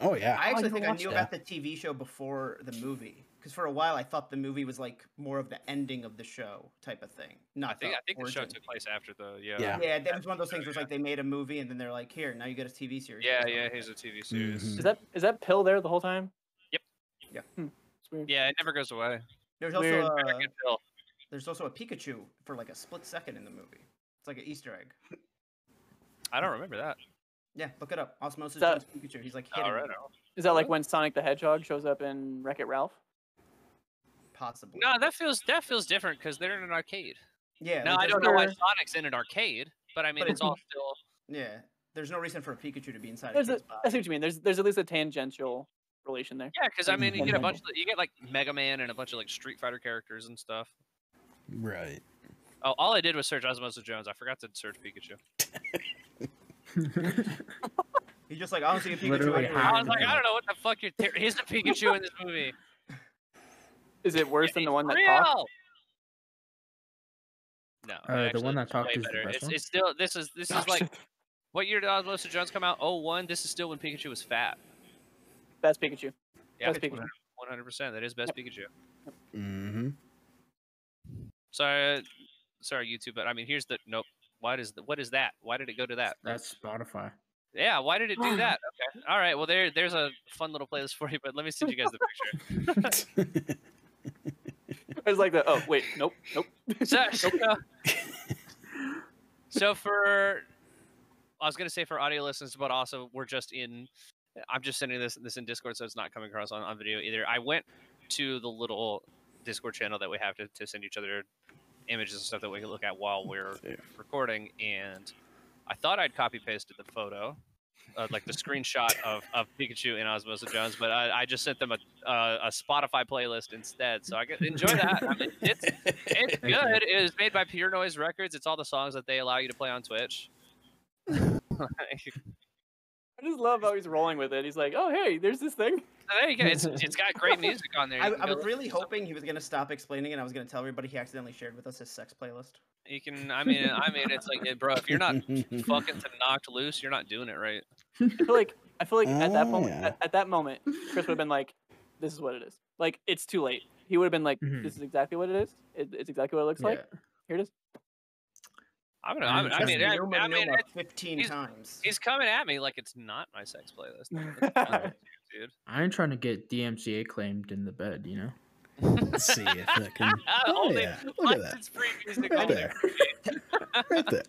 Speaker 2: Oh yeah.
Speaker 3: I
Speaker 1: Oh,
Speaker 3: actually
Speaker 1: you
Speaker 3: think I
Speaker 1: watched
Speaker 3: knew
Speaker 2: that.
Speaker 3: about the TV show before the movie because for a while I thought the movie was like more of the ending of the show type of thing. Not
Speaker 4: I think
Speaker 3: the
Speaker 4: I think the show
Speaker 3: origin.
Speaker 4: took place after the
Speaker 2: Yeah.
Speaker 4: yeah
Speaker 3: Yeah, that was one of those things where it's like they made a movie and then they're like, here, now you get a TV series. or
Speaker 4: yeah,
Speaker 3: something
Speaker 4: yeah
Speaker 3: like
Speaker 4: he's a
Speaker 3: that.
Speaker 4: TV series.
Speaker 2: Mhm.
Speaker 1: Is that is that pill there the whole time?
Speaker 4: Yep.
Speaker 3: Yeah.
Speaker 1: Hmm, it's weird.
Speaker 4: Yeah, it never goes away.
Speaker 3: There's also
Speaker 1: Weird.
Speaker 3: a,
Speaker 4: Good pill.
Speaker 3: there's also a Pikachu for like a split second in the movie. It's like an Easter egg.
Speaker 4: I don't remember that.
Speaker 3: Yeah, look it up. Osmosis
Speaker 1: So-
Speaker 3: Jones Pikachu. He's like hidden,
Speaker 4: All right.
Speaker 1: Is that like
Speaker 4: Uh-huh.
Speaker 1: when Sonic the Hedgehog shows up in Wreck It Ralph?
Speaker 3: possibly.
Speaker 4: No, that feels that feels different because they're in an arcade.
Speaker 3: yeah.
Speaker 4: No,
Speaker 3: like,
Speaker 4: I
Speaker 3: there's
Speaker 4: don't know why
Speaker 1: Sure.
Speaker 4: Sonic's in an arcade, but I mean
Speaker 3: But
Speaker 4: it's all still.
Speaker 3: Yeah, there's no reason for a Pikachu to be inside
Speaker 1: There's
Speaker 3: a
Speaker 1: a,
Speaker 3: kid's
Speaker 1: I
Speaker 3: body.
Speaker 1: see what you mean. There's there's at least a tangential relation there.
Speaker 4: Yeah, because I mean you get a
Speaker 1: Mhm.
Speaker 4: bunch of you get like Mega Man and a bunch of like Street Fighter characters and stuff.
Speaker 2: Right.
Speaker 4: Oh, all I did was search Osmosis Jones. I forgot to search Pikachu.
Speaker 3: He's just like, I don't see a Pikachu.
Speaker 5: Literally
Speaker 3: anywhere."
Speaker 5: how-
Speaker 4: I was like, I don't know what the fuck you're. Ter- Here's a Pikachu in this movie.
Speaker 1: Is it worse than the one that
Speaker 4: Real.
Speaker 1: talked?
Speaker 4: No,
Speaker 5: Uh, the
Speaker 4: actually,
Speaker 5: one that
Speaker 4: it's
Speaker 5: talked
Speaker 4: way
Speaker 5: is the
Speaker 4: better.
Speaker 5: best
Speaker 4: it's,
Speaker 5: one?
Speaker 4: it's still this is this
Speaker 1: Oh,
Speaker 4: is like
Speaker 1: shit.
Speaker 4: what year did Osmosis Jones come out? Oh one. This is still when Pikachu was fat.
Speaker 1: That's Pikachu.
Speaker 4: Yeah,
Speaker 1: Best Pikachu.
Speaker 4: one hundred percent. That is best Pikachu.
Speaker 2: Mm-hmm.
Speaker 4: Sorry, sorry YouTube, but I mean here's the nope. Why does the, what is that? Why did it go to that?
Speaker 5: That's Spotify.
Speaker 4: Yeah, why did it do that? Okay, all right. Well, there there's a fun little playlist for you, but let me send you guys the picture.
Speaker 1: It's like the oh wait nope nope.
Speaker 4: So, so, so for I was gonna say for audio listeners, but also we're just in. I'm just sending this this in Discord, so it's not coming across on, on video either. I went to the little Discord channel that we have to, to send each other images and stuff that we can look at while we're recording, and I thought I'd copy pasted the photo, uh, like the screenshot of, of Pikachu and Osmosa Jones, but I, I just sent them a, uh, a Spotify playlist instead. So I can enjoy that. I mean, it's it's
Speaker 5: Thank you.
Speaker 4: good. It was made by Pure Noise Records. It's all the songs that they allow you to play on Twitch. Like,
Speaker 1: I just love how he's rolling with it. He's like oh hey there's this thing.
Speaker 4: there you go. It's, it's got great music on there. You
Speaker 3: I,
Speaker 4: can
Speaker 3: I
Speaker 4: go
Speaker 3: was
Speaker 4: listen
Speaker 3: really
Speaker 4: to some-
Speaker 3: hoping he was gonna stop explaining, and I was gonna tell everybody he accidentally shared with us his sex playlist.
Speaker 4: You can. I mean, I mean, it's like, eh, bro, if you're not fucking to knocked loose, you're not doing it right.
Speaker 1: I feel like I feel like at that moment
Speaker 2: Ah.
Speaker 1: at, at that moment Chris would have been like this is what it is. Like it's too late. He would have been like
Speaker 5: Mhm.
Speaker 1: this is exactly what it is. It, it's exactly what it looks like. Here it is.
Speaker 4: I'm gonna. I'm, I
Speaker 5: Just
Speaker 4: mean, I,
Speaker 3: Numa
Speaker 4: I mean,
Speaker 3: Numa
Speaker 4: it's-
Speaker 3: fifteen
Speaker 4: he's-
Speaker 3: times.
Speaker 4: he's coming at me like it's not my sex playlist. It's not,
Speaker 5: Alright.
Speaker 4: dude.
Speaker 5: I ain't trying to get DMCA claimed in the bed, you know.
Speaker 2: Let's see if that can. Oh,
Speaker 4: Only
Speaker 2: yeah. Look at that.
Speaker 4: license free music
Speaker 2: Right
Speaker 4: only.
Speaker 2: there. Right there.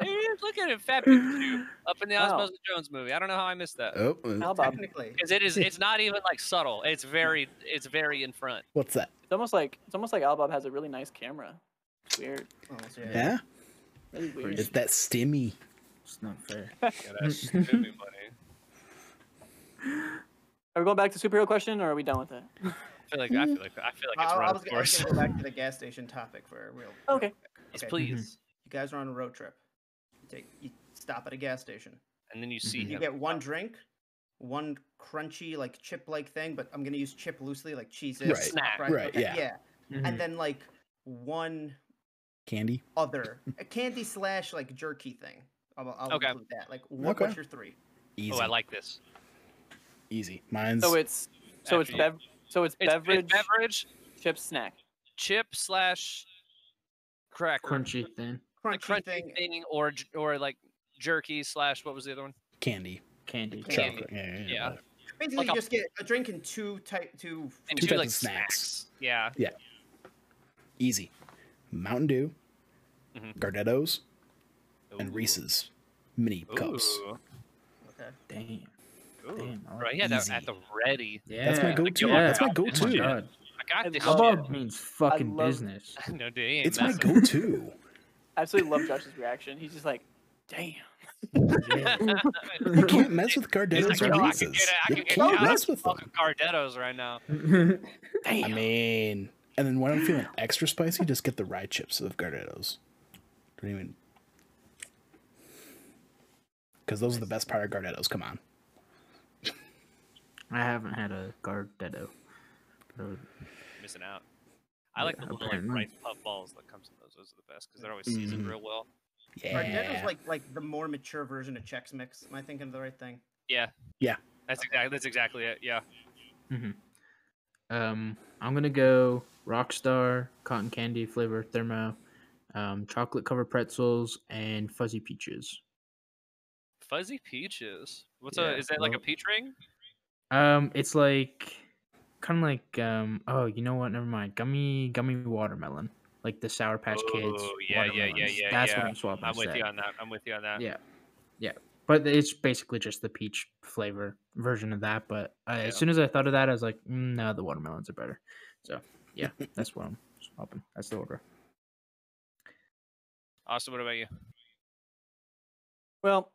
Speaker 4: Hey, Look at him, Fat Pikachu, up in the
Speaker 1: Wow.
Speaker 4: Osmosis Jones movie. I don't know how I missed that.
Speaker 2: Oh,
Speaker 1: How
Speaker 2: uh,
Speaker 1: about
Speaker 3: Technically,
Speaker 4: Because it is, it's not even like subtle. It's very, it's very in front.
Speaker 2: what's that?
Speaker 1: it's almost like it's almost like Albob has a really nice camera. It's weird.
Speaker 3: oh, yeah.
Speaker 2: Yeah,
Speaker 1: That is weird.
Speaker 2: it's that stimmy.
Speaker 5: It's not fair.
Speaker 4: Yeah, that's stupid money.
Speaker 1: Are we going back to superhero question or are we done with it?
Speaker 4: I feel like I
Speaker 2: Mm-hmm.
Speaker 4: feel like I feel like it's
Speaker 3: I, I
Speaker 4: run
Speaker 3: was,
Speaker 4: its
Speaker 3: gonna- I was
Speaker 4: course.
Speaker 3: gonna go back to the gas station topic for a real. real
Speaker 1: Okay.
Speaker 3: quick.
Speaker 4: Yes,
Speaker 3: okay.
Speaker 2: Mm-hmm.
Speaker 4: please.
Speaker 3: You guys are on a road trip. You take you stop at a gas station.
Speaker 4: And then you see
Speaker 3: You
Speaker 4: him.
Speaker 3: get one drink, one crunchy like chip like thing, but I'm gonna use chip loosely like cheese is
Speaker 2: Right,
Speaker 4: snack,
Speaker 3: fries,
Speaker 2: right,
Speaker 3: okay,
Speaker 2: yeah. Mm-hmm.
Speaker 3: yeah.
Speaker 5: Mm-hmm.
Speaker 3: And then like one
Speaker 2: Candy.
Speaker 3: other a candy slash like jerky thing. I'll, I'll
Speaker 4: Okay.
Speaker 3: include that. Like what,
Speaker 2: Okay.
Speaker 3: what's your three?
Speaker 2: Easy.
Speaker 4: Oh, I like this.
Speaker 2: Easy. Mine's.
Speaker 1: So it's so it's
Speaker 4: After you-
Speaker 1: bev so it's,
Speaker 4: It's,
Speaker 1: beverage,
Speaker 4: beverage, it's beverage,
Speaker 1: chip snack.
Speaker 4: chip slash cracker,
Speaker 5: Crunchy thing.
Speaker 3: Crunchy,
Speaker 4: like crunchy
Speaker 3: thing.
Speaker 4: thing, or j- or like jerky slash what was the other one?
Speaker 2: candy.
Speaker 5: Candy.
Speaker 3: Candy.
Speaker 2: Chocolate. Yeah. yeah,
Speaker 4: Yeah.
Speaker 2: yeah.
Speaker 3: Basically
Speaker 4: like
Speaker 3: you
Speaker 4: a-
Speaker 3: just get a drink and two type two
Speaker 4: And
Speaker 2: Two
Speaker 4: two
Speaker 2: types
Speaker 4: like
Speaker 2: of snacks.
Speaker 4: Yeah,
Speaker 2: Easy. Mountain Dew,
Speaker 4: Mhm.
Speaker 2: Gardettos, and
Speaker 4: Ooh.
Speaker 2: Reese's mini cups.
Speaker 4: Ooh.
Speaker 3: okay.
Speaker 5: Damn.
Speaker 4: Ooh.
Speaker 5: Damn. I like
Speaker 4: Right, yeah, that,
Speaker 2: Easy.
Speaker 4: at the ready.
Speaker 5: Yeah.
Speaker 2: That's my go-to.
Speaker 5: Yeah.
Speaker 2: That's my
Speaker 5: Oh my
Speaker 2: go-to.
Speaker 5: God.
Speaker 4: I
Speaker 1: I
Speaker 4: got this.
Speaker 1: love-
Speaker 4: shit.
Speaker 5: Hubbub means fucking
Speaker 1: love-
Speaker 5: business.
Speaker 4: No, dude, ain't
Speaker 2: It's my
Speaker 4: messing.
Speaker 2: go-to.
Speaker 1: I absolutely love Josh's reaction. He's just like, damn.
Speaker 5: Yeah.
Speaker 2: You can't mess with
Speaker 4: He's
Speaker 2: Gardettos
Speaker 4: like,
Speaker 2: or
Speaker 4: "Yo, I can
Speaker 2: Reese's.
Speaker 4: get, I
Speaker 2: You
Speaker 4: can get down
Speaker 2: can't mess
Speaker 4: to
Speaker 2: with them.
Speaker 4: fucking Gardettos right now.
Speaker 2: I mean, and then when I'm feeling extra spicy, just get the rye chips of Gardettos. Don't even. Because those are the best part of Gardettos. Come on.
Speaker 5: I haven't had a Gardetto. But
Speaker 4: missing out. I like
Speaker 5: Yeah,
Speaker 4: the little like
Speaker 5: apparently.
Speaker 4: rice puff balls that comes in those. Those are the best because they're always seasoned
Speaker 2: Mhm.
Speaker 4: real well.
Speaker 3: Gardetto's
Speaker 2: Yeah.
Speaker 3: like like the more mature version of Chex Mix. Am I thinking of the right thing?
Speaker 4: Yeah.
Speaker 2: Yeah.
Speaker 4: That's exactly that's exactly it. Yeah.
Speaker 5: Um, I'm gonna go Rockstar cotton candy flavor thermo, um, chocolate covered pretzels, and fuzzy peaches.
Speaker 4: Fuzzy peaches. What's
Speaker 5: Yeah,
Speaker 4: a? Is that like a
Speaker 5: well-
Speaker 4: peach ring?
Speaker 5: Um, it's like kind of like um. Oh, you know what? Never mind. Gummy gummy watermelon, like the Sour Patch Kids.
Speaker 4: Oh, yeah, yeah, yeah,
Speaker 5: watermelons.
Speaker 4: yeah,
Speaker 5: That's
Speaker 4: yeah.
Speaker 5: what I'm swapping.
Speaker 4: I'm with
Speaker 5: instead.
Speaker 4: you on that. I'm with you on that.
Speaker 5: Yeah, yeah. But it's basically just the peach flavor version of that. But uh,
Speaker 4: Yeah.
Speaker 5: as soon as I thought of that, I was like, mm, no, the watermelons are better. So yeah, that's what I'm swapping. That's the order.
Speaker 4: Austin, what about you?
Speaker 1: Well,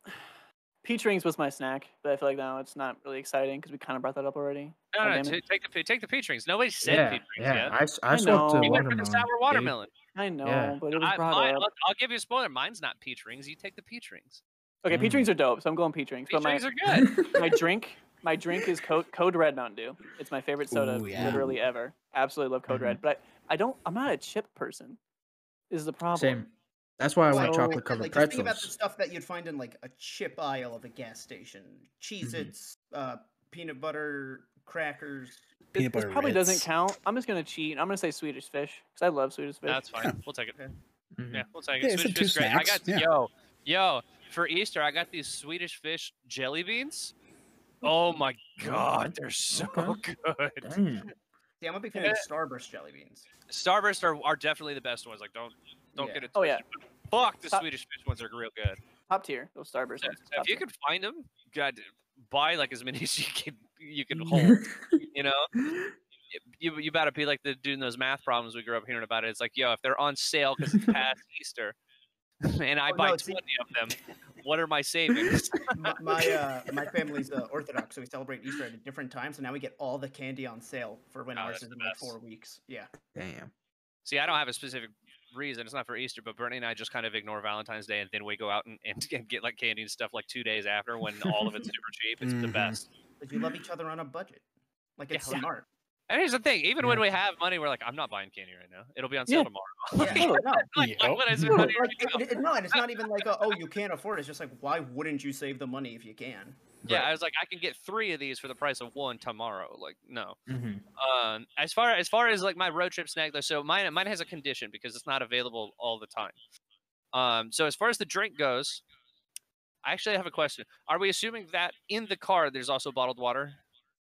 Speaker 1: peach rings was my snack, but I feel like now it's not really exciting because we kind of brought that up already.
Speaker 4: No,
Speaker 1: God
Speaker 4: no,
Speaker 1: damn it.
Speaker 4: t- take the pe- take the peach rings. Nobody said
Speaker 5: yeah,
Speaker 4: peach rings
Speaker 5: yeah.
Speaker 4: yet.
Speaker 5: I, s- I
Speaker 1: I
Speaker 5: swapped
Speaker 1: know.
Speaker 5: to
Speaker 4: you went for
Speaker 5: watermelon.
Speaker 4: the sour
Speaker 5: dude.
Speaker 4: watermelon.
Speaker 1: I know,
Speaker 5: Yeah.
Speaker 1: but it was
Speaker 4: I,
Speaker 1: brought
Speaker 4: mine,
Speaker 1: up.
Speaker 4: look, I'll give you a spoiler. Mine's not peach rings. You take the peach rings.
Speaker 1: Okay, peach rings are dope, so I'm going peach rings.
Speaker 4: Mm.
Speaker 1: but
Speaker 4: Peach
Speaker 1: my
Speaker 4: rings are good.
Speaker 1: my drink my drink is code, code red mountain dew it's my favorite soda
Speaker 2: Ooh, yeah. Mm-hmm.
Speaker 1: literally ever absolutely love code
Speaker 5: Mhm.
Speaker 1: red but I, I don't i'm not a chip person is the problem
Speaker 5: Same. That's why I
Speaker 3: Like,
Speaker 5: want
Speaker 1: So-
Speaker 5: chocolate
Speaker 3: like,
Speaker 5: covered
Speaker 3: just think about the
Speaker 5: pretzels.
Speaker 3: stuff that you'd find in like a chip aisle of a gas station:
Speaker 5: Mm-hmm.
Speaker 3: Cheez-Its, uh, peanut butter, crackers.
Speaker 1: This-
Speaker 2: Peanut
Speaker 1: this
Speaker 2: butter
Speaker 1: probably doesn't
Speaker 2: Ritz.
Speaker 1: count i'm just gonna cheat i'm gonna say swedish fish because i love swedish fish
Speaker 4: That's fine. We'll take it.
Speaker 5: Mhm.
Speaker 4: Yeah, we'll take
Speaker 2: Yeah,
Speaker 4: it.
Speaker 2: it's
Speaker 4: Swedish
Speaker 2: the two
Speaker 4: fish, great. I
Speaker 2: snacks,
Speaker 4: got
Speaker 2: yeah.
Speaker 4: yo, yo for Easter. I got these Swedish fish jelly beans. Oh my god, they're so
Speaker 5: Okay.
Speaker 4: good.
Speaker 5: Damn.
Speaker 3: See, I'm a big fan of Starburst jelly beans.
Speaker 4: Starburst are, are definitely the best ones. Like don't don't
Speaker 3: Yeah.
Speaker 4: get it.
Speaker 1: Oh, yeah.
Speaker 4: twisted, but Fuck the
Speaker 1: Stop.
Speaker 4: Swedish fish ones are real good.
Speaker 1: top tier those starburst
Speaker 4: So
Speaker 1: ones,
Speaker 4: if
Speaker 1: top
Speaker 4: you
Speaker 1: tier.
Speaker 4: could find them, god, buy like as many as you can you can hold. you know, you you better be like the dude in those math problems we grew up hearing about. It. It's like yo, if they're on sale because it's past Easter, and I
Speaker 3: Oh,
Speaker 4: buy
Speaker 3: no, see-
Speaker 4: twenty of them, what are my savings?
Speaker 3: my my, uh, my family's uh, Orthodox, so we celebrate Easter at a different time. So now we get all the candy on sale for when
Speaker 4: Oh,
Speaker 3: ours
Speaker 4: that's
Speaker 3: is
Speaker 4: the
Speaker 3: in like
Speaker 4: best.
Speaker 3: four weeks. Yeah,
Speaker 5: Damn.
Speaker 4: See, I don't have a specific reason. It's not for Easter, but Bernie and I just kind of ignore Valentine's Day, and then we go out and, and, and get like candy and stuff like two days after when all of it's super cheap. It's the
Speaker 5: Mhm.
Speaker 4: best.
Speaker 3: but you love each other on a budget. Like it's
Speaker 4: Yeah.
Speaker 3: smart.
Speaker 4: And here's the thing: even when
Speaker 5: Yeah.
Speaker 4: we have money, we're like, I'm not buying candy right now. It'll be on sale
Speaker 1: Yeah.
Speaker 4: tomorrow.
Speaker 3: Yeah.
Speaker 1: Totally.
Speaker 3: No,
Speaker 4: like, like,
Speaker 2: Yep.
Speaker 4: what is it?
Speaker 3: no,
Speaker 4: money
Speaker 3: like,
Speaker 4: right now?
Speaker 3: it- it- no, and it's not even like a, oh you can't afford it. It's just like why wouldn't you save the money if you can?
Speaker 4: Yeah, I was like, I can get three of these for the price of one tomorrow. Like, no.
Speaker 5: Mhm.
Speaker 4: Um, as far as far as like my road trip snack though, so mine mine has a condition because it's not available all the time. Um, so as far as the drink goes, I actually have a question. Are we assuming that in the car there's also bottled water?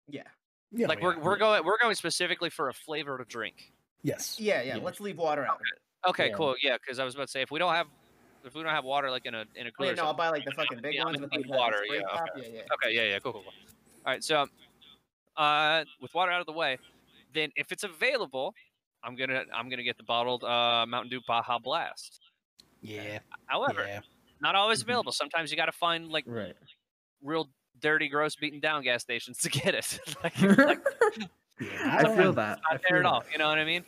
Speaker 3: Yeah,
Speaker 2: Yeah.
Speaker 4: like we're, we're going we're going specifically for a flavor to drink.
Speaker 2: yes.
Speaker 3: yeah, yeah.
Speaker 5: Yeah.
Speaker 3: Let's leave water out. Of it.
Speaker 4: Okay,
Speaker 5: Yeah.
Speaker 4: cool. Yeah, because I was about to say if we don't have if we don't have water like in a in a
Speaker 3: Oh,
Speaker 4: cooler.
Speaker 3: yeah,
Speaker 4: or
Speaker 3: no, I'll
Speaker 4: something-
Speaker 3: buy like the fucking big
Speaker 4: Yeah,
Speaker 3: ones
Speaker 4: I
Speaker 3: with like
Speaker 4: need
Speaker 3: the- the
Speaker 4: water,
Speaker 3: spray
Speaker 4: yeah,
Speaker 3: top. yeah, yeah.
Speaker 4: Okay, yeah, yeah, cool, cool, cool. All right, so uh, with water out of the way, then if it's available, I'm gonna I'm gonna get the bottled uh, Mountain Dew Baja Blast.
Speaker 2: Yeah.
Speaker 4: However,
Speaker 2: Yeah.
Speaker 4: not always
Speaker 5: Mhm.
Speaker 4: available. Sometimes you gotta find like
Speaker 5: Right.
Speaker 4: real dirty, gross, beaten down gas stations to get it. like, it's like
Speaker 2: Yeah.
Speaker 5: I feel that. I
Speaker 4: not there
Speaker 5: feel
Speaker 4: at all.
Speaker 5: that.
Speaker 4: You know what I mean?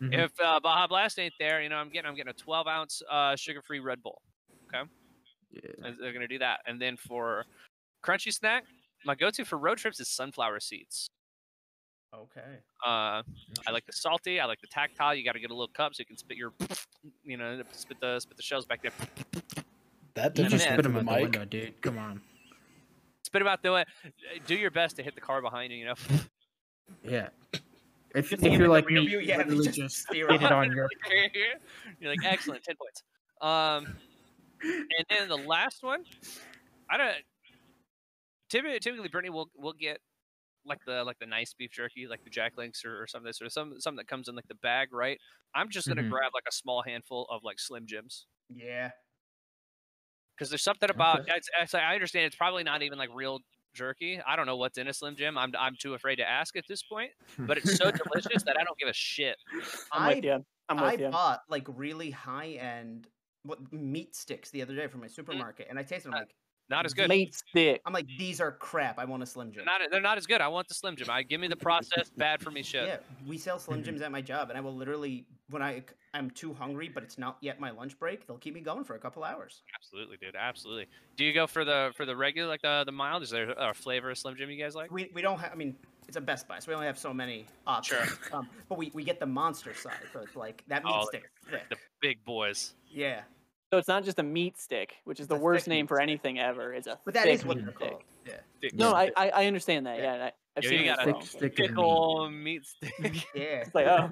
Speaker 5: Mhm.
Speaker 4: If uh, Baja Blast ain't there, you know I'm getting I'm getting a 12 ounce uh, sugar free Red Bull.
Speaker 5: Yeah.
Speaker 4: Uh, They're gonna do that. And then for crunchy snack, my go-to for road trips is sunflower seeds.
Speaker 3: Okay.
Speaker 4: Uh, I like the salty. I like the tactile. You got to get a little cup so you can spit your, you know, spit the spit the shells back there.
Speaker 2: That
Speaker 5: You
Speaker 4: Yeah,
Speaker 2: difference
Speaker 5: just
Speaker 4: man.
Speaker 5: spit
Speaker 2: between
Speaker 5: them
Speaker 2: the
Speaker 5: out the
Speaker 2: mic.
Speaker 5: window, dude. Come on.
Speaker 4: Spit about the way. Uh, Do your best to hit the car behind you. You know,
Speaker 5: Yeah. If,
Speaker 3: Just
Speaker 5: if
Speaker 3: aim
Speaker 5: you're
Speaker 3: at the
Speaker 5: like
Speaker 3: rear
Speaker 5: me,
Speaker 3: view,
Speaker 5: you
Speaker 3: yeah, they
Speaker 5: literally
Speaker 3: just
Speaker 5: just
Speaker 3: steer
Speaker 5: hit
Speaker 3: off.
Speaker 5: it on your.
Speaker 4: you're like excellent, ten points. Um, and then the last one, I don't. Typically, typically Brittany will will get like the like the nice beef jerky, like the Jack Links or, or something sort of some something that comes in like the bag, right? I'm just gonna
Speaker 5: Mhm.
Speaker 4: grab like a small handful of like Slim Jims.
Speaker 3: Yeah.
Speaker 4: because there's something
Speaker 5: Okay.
Speaker 4: about it's, it's, I understand it's probably not even like real jerky. I don't know what's in a Slim Jim. I'm I'm too afraid to ask at this point. But it's so delicious that I don't give a shit.
Speaker 1: i'm
Speaker 3: I
Speaker 1: with you i'm
Speaker 3: I
Speaker 1: with you
Speaker 3: bought like really high end what meat sticks the other day from my supermarket, and I tasted them
Speaker 4: Mm. Uh,
Speaker 3: like
Speaker 4: Not as good.
Speaker 1: late stick
Speaker 3: I'm like these are crap. I want a Slim Jim.
Speaker 4: They're not, they're not as good. I want the Slim Jim. I give me the processed bad for me shit.
Speaker 3: Yeah, we sell Slim
Speaker 1: Mm-hmm.
Speaker 5: Mhm.
Speaker 3: Jims at my job, and I will literally when I I'm too hungry, but it's not yet my lunch break. They'll keep me going for a couple hours.
Speaker 4: Absolutely, dude. Absolutely. Do you go for the for the regular like the the mild? Is there a flavor of Slim Jim you guys like?
Speaker 3: We we don't have. I mean, it's a Best Buy, so we only have so many options. Um, but we we get the monster size, so it's like that meat
Speaker 4: Oh,
Speaker 3: stick.
Speaker 4: The big boys.
Speaker 3: Yeah,
Speaker 1: so it's not just a meat stick which is
Speaker 3: It's
Speaker 1: the
Speaker 3: a
Speaker 1: worst
Speaker 3: thick
Speaker 1: name
Speaker 3: meat
Speaker 1: for
Speaker 3: stick.
Speaker 1: anything ever it's a
Speaker 3: but that
Speaker 1: thick
Speaker 3: is what
Speaker 1: meat
Speaker 3: they're
Speaker 1: stick.
Speaker 3: called. Yeah,
Speaker 4: Thick-
Speaker 1: no
Speaker 5: Yeah.
Speaker 1: I, I i understand that
Speaker 3: Yeah.
Speaker 1: yeah, and I, i've
Speaker 4: Yo,
Speaker 1: seen
Speaker 4: you
Speaker 1: it as
Speaker 4: gotta-
Speaker 1: well.
Speaker 5: Thick stick of
Speaker 4: Thick
Speaker 5: meat.
Speaker 4: old meat stick.
Speaker 3: yeah.
Speaker 1: It's like, oh.